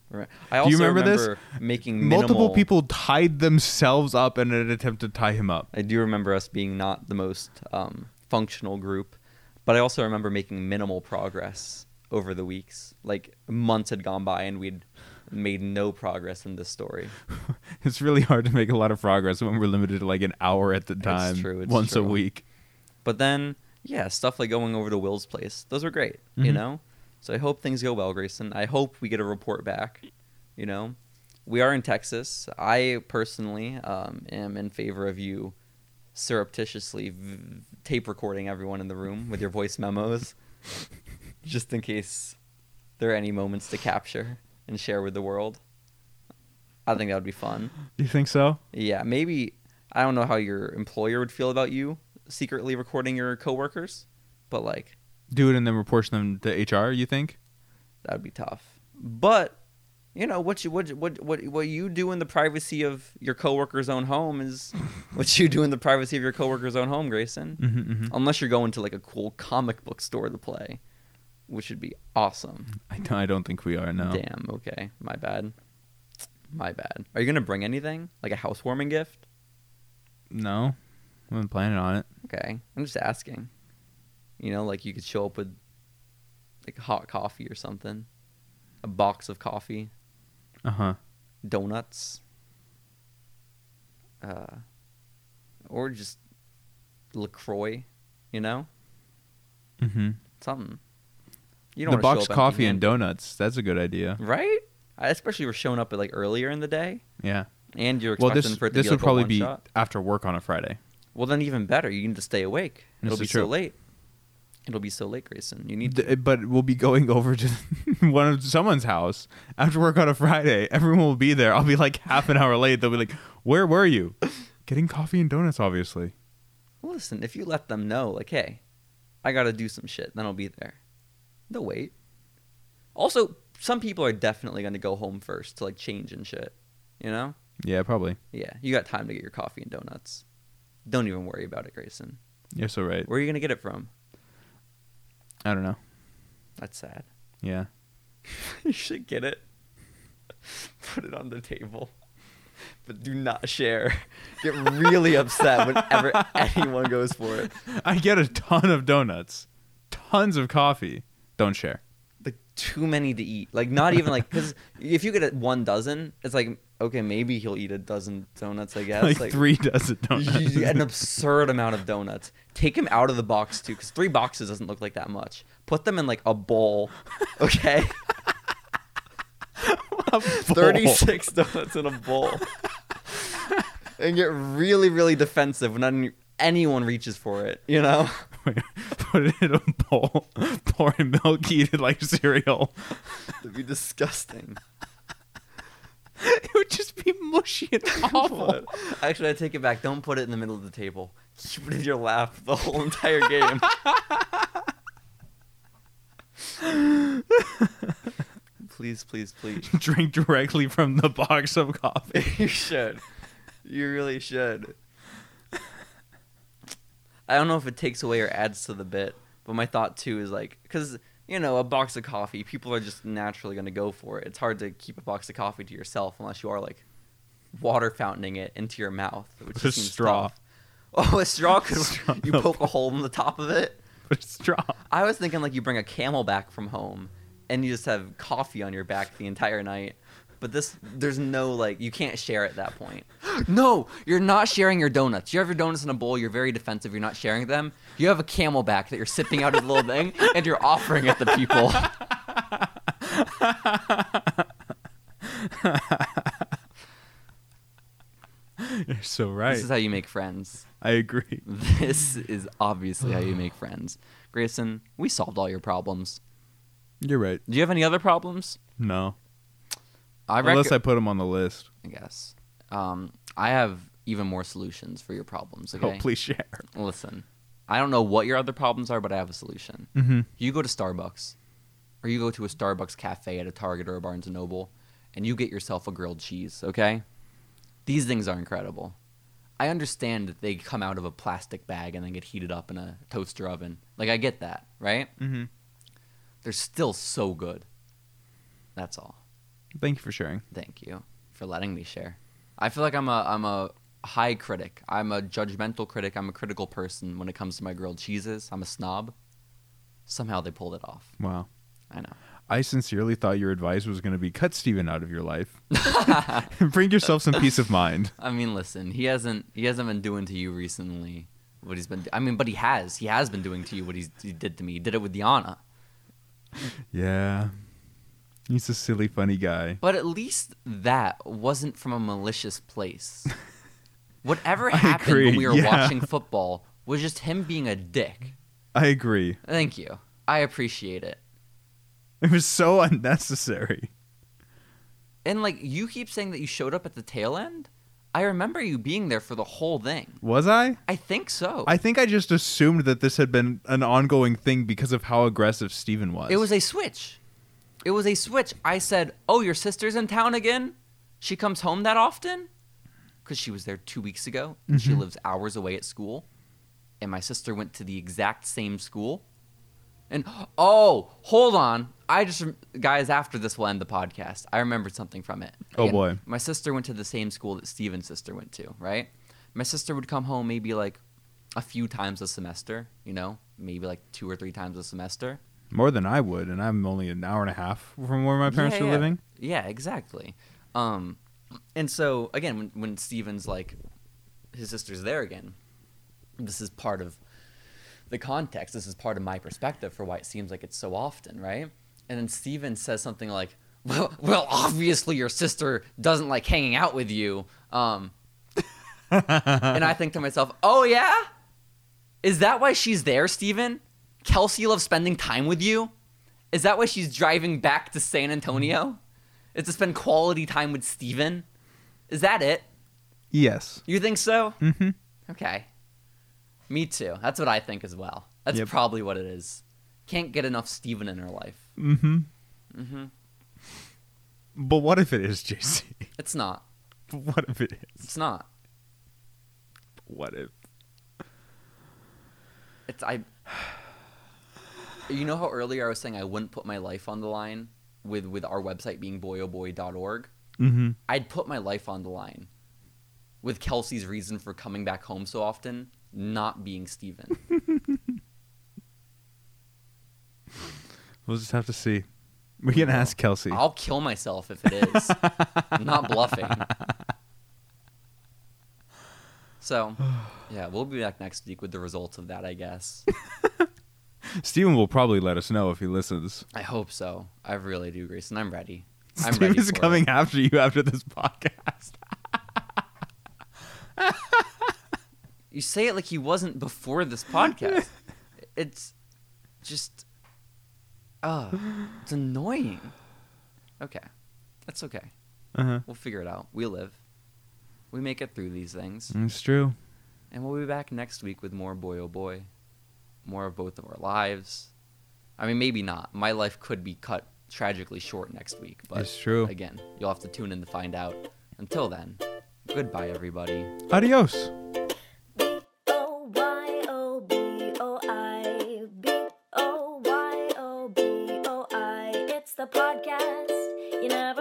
S1: re- I also
S2: Do you remember this?
S1: making
S2: Multiple
S1: minimal-
S2: people tied themselves up in an attempt to tie him up.
S1: I do remember us being not the most um, functional group, but I also remember making minimal progress over the weeks. Like months had gone by and we'd made no progress in this story.
S2: it's really hard to make a lot of progress when we're limited to like an hour at the time
S1: true, it's
S2: once a
S1: true.
S2: week
S1: But then, yeah, stuff like going over to Will's place, those were great, you
S2: Mhm.
S1: know? So I hope things go well, Grayson. I hope we get a report back, you know? We are in Texas. I personally um, am in favor of you surreptitiously v- tape recording everyone in the room with your voice memos, just in case there are any moments to capture and share with the world. I think that would be fun.
S2: you think so
S1: Yeah, maybe I don't know how your employer would feel about you secretly recording your coworkers, but like
S2: do it and then report them to hr you think
S1: that would be tough. But you know what you what what what what you do in the privacy of your coworker's own home is what you do in the privacy of your coworker's own home, Grayson.
S2: mm-hmm, mm-hmm.
S1: Unless you're going to like a cool comic book store to play, which would be awesome.
S2: I, don't, I don't think we are no
S1: Damn. Okay, my bad. My bad. Are you gonna bring anything like a housewarming gift?
S2: no i am planning on it
S1: Okay, I'm just asking. You know, like you could show up with like hot coffee or something, a box of coffee,
S2: uh-huh
S1: donuts, uh, or just Lacroix. You know,
S2: mm-hmm.
S1: something. You
S2: the
S1: wanna show
S2: box
S1: up
S2: coffee and
S1: empty-handed.
S2: donuts that's a good idea
S1: right? especially if we're showing up at like earlier in the day,
S2: Yeah.
S1: and you're
S2: Well,
S1: expecting
S2: this
S1: for it to
S2: this
S1: be
S2: would
S1: like a
S2: probably
S1: one
S2: be
S1: shot.
S2: after work on a Friday.
S1: Well, then even better. You need to stay awake.
S2: This
S1: It'll
S2: is
S1: be
S2: true.
S1: so late. It'll be so late, Grayson. You need to.
S2: D- But we'll be going over to one of someone's house after work on a Friday. Everyone will be there. I'll be like half an hour late. They'll be like, "Where were you?" Getting coffee and donuts, obviously.
S1: Listen, if you let them know, like, hey, I gotta do some shit, then I'll be there. They'll wait. Also, some people are definitely gonna go home first to like change and shit. You know?
S2: Yeah, probably.
S1: Yeah, you got time to get your coffee and donuts. Don't even worry about it, Grayson.
S2: You're so right.
S1: Where are you gonna get it from?
S2: I don't know.
S1: That's sad.
S2: Yeah.
S1: you should get it. Put it on the table. But do not share. Get really upset whenever anyone goes for it.
S2: I get a ton of donuts, tons of coffee. Don't share.
S1: Like too many to eat. Like not even like because if you get a one dozen, it's like okay, maybe he'll eat a dozen donuts. I guess
S2: like, three dozen donuts.
S1: you- an absurd amount of donuts. Take them out of the box too, because three boxes doesn't look like that much. Put them in like a bowl, okay? Thirty-six donuts in a bowl, and get really, really defensive when any- anyone reaches for it. You know,
S2: Put it in a bowl. Pour in milk. Eat it like cereal.
S1: it'd be disgusting.
S2: it would just be mushy and awful.
S1: But- Actually, I take it back. Don't put it in the middle of the table. Keep it in your lap the whole entire game. please, please, please.
S2: Drink directly from the box of coffee.
S1: you should. You really should. I don't know if it takes away or adds to the bit, but my thought too is like, because, you know, a box of coffee, people are just naturally going to go for it. It's hard to keep a box of coffee to yourself unless you are like water fountaining it into your mouth, which
S2: With a
S1: just seems
S2: straw.
S1: tough. Oh, a straw because
S2: Straw.
S1: you poke a hole in the top of it.
S2: But it's straw.
S1: I was thinking like you bring a camel back from home and you just have coffee on your back the entire night. But this, there's no like, you can't share at that point. No, you're not sharing your donuts. You have your donuts in a bowl. You're very defensive. You're not sharing them. You have a camel back that you're sipping out of the little thing and you're offering it to people.
S2: You're so right.
S1: This is how you make friends.
S2: I agree.
S1: This is obviously how you make friends. Grayson, we solved all your problems.
S2: You're right.
S1: Do you have any other problems?
S2: No.
S1: I
S2: Unless I put them on the list.
S1: I guess. Um, I have even more solutions for your problems. Okay.
S2: Oh, please share.
S1: Listen, I don't know what your other problems are, but I have a solution.
S2: Mm-hmm.
S1: You go to Starbucks, or you go to a Starbucks cafe at a Target or a Barnes and Noble, and you get yourself a grilled cheese. Okay. These things are incredible. I understand that they come out of a plastic bag and then get heated up in a toaster oven. Like I get that, right?
S2: Mm-hmm.
S1: They're still so good. That's all.
S2: Thank you for sharing.
S1: Thank you for letting me share. I feel like I'm a I'm a high critic. I'm a judgmental critic. I'm a critical person when it comes to my grilled cheeses. I'm a snob. Somehow they pulled it off.
S2: Wow.
S1: I know.
S2: I sincerely thought your advice was going to be cut Steven out of your life. Bring yourself some peace of mind.
S1: I mean, listen, he hasn't he hasn't been doing to you recently what he's been. I mean, but he has. He has been doing to you what he's, he did to me. He did it with Diana.
S2: Yeah. He's a silly, funny guy.
S1: But at least that wasn't from a malicious place. Whatever
S2: I
S1: happened when
S2: agree,
S1: we were
S2: yeah.
S1: watching football was just him being a dick.
S2: I agree.
S1: Thank you. I appreciate it.
S2: It was so unnecessary.
S1: And like you keep saying that you showed up at the tail end. I remember you being there for the whole thing.
S2: Was I?
S1: I think so.
S2: I think I just assumed that this had been an ongoing thing because of how aggressive Steven was.
S1: it was a switch. It was a switch. I said, "Oh, your sister's in town again? She comes home that often?" Cuz she was there 2 weeks ago. and She
S2: Mm-hmm.
S1: lives hours away at school. And my sister went to the exact same school. And oh, hold on. I just rem- guys, after this will end the podcast. I remembered something from it.
S2: Oh,
S1: And
S2: boy.
S1: My sister went to the same school that Steven's sister went to, right? My sister would come home maybe like a few times a semester, you know, maybe like two or three times a semester.
S2: more than I would, and I'm only an hour and a half from where my parents
S1: Yeah,
S2: are
S1: yeah.
S2: living.
S1: Yeah, exactly. Um, and so again, when when Steven's like, his sister's there again. This is part of the context. This is part of my perspective for why it seems like it's so often, right? And then Steven says something like, well, well, obviously your sister doesn't like hanging out with you. Um, and I think to myself, oh yeah, is that why she's there, Steven? Kelsey loves spending time with you. Is that why she's driving back to San Antonio? Is to spend quality time with Steven? Is that it?
S2: Yes.
S1: You think so?
S2: Mm-hmm.
S1: Okay. Me too. That's what I think as well. That's
S2: Yep.
S1: probably what it is. Can't get enough Steven in her life.
S2: Mm-hmm. But what if it is JC?
S1: It's not.
S2: What if it is?
S1: It's not.
S2: What if?
S1: It's I. You know how earlier I was saying I wouldn't put my life on the line with with our website being boyoboy.org.
S2: Mm-hmm.
S1: I'd put my life on the line with Kelsey's reason for coming back home so often not being Steven.
S2: We'll just have to see. We can ask Kelsey.
S1: I'll kill myself if it is. I'm not bluffing. So, yeah, we'll be back next week with the results of that, I guess.
S2: Steven will probably let us know if he listens.
S1: I hope so. I really do, Grayson. I'm ready. I'm ready.
S2: Steven's
S1: for it.
S2: coming after you after this podcast.
S1: You say it like he wasn't before this podcast. it's just, uh, it's annoying. Okay, that's okay.
S2: Uh-huh.
S1: We'll figure it out. We live. We make it through these things,
S2: It's true.
S1: and we'll be back next week with more boy oh boy, more of both of our lives. I mean, maybe not. My life could be cut tragically short next week, but
S2: It's true.
S1: Again, you'll have to tune in to find out. Until then, goodbye, everybody.
S2: Adios.
S3: B-O-Y-O-B-O-I. B-O-Y-O-B-O-I. It's the podcast you never oh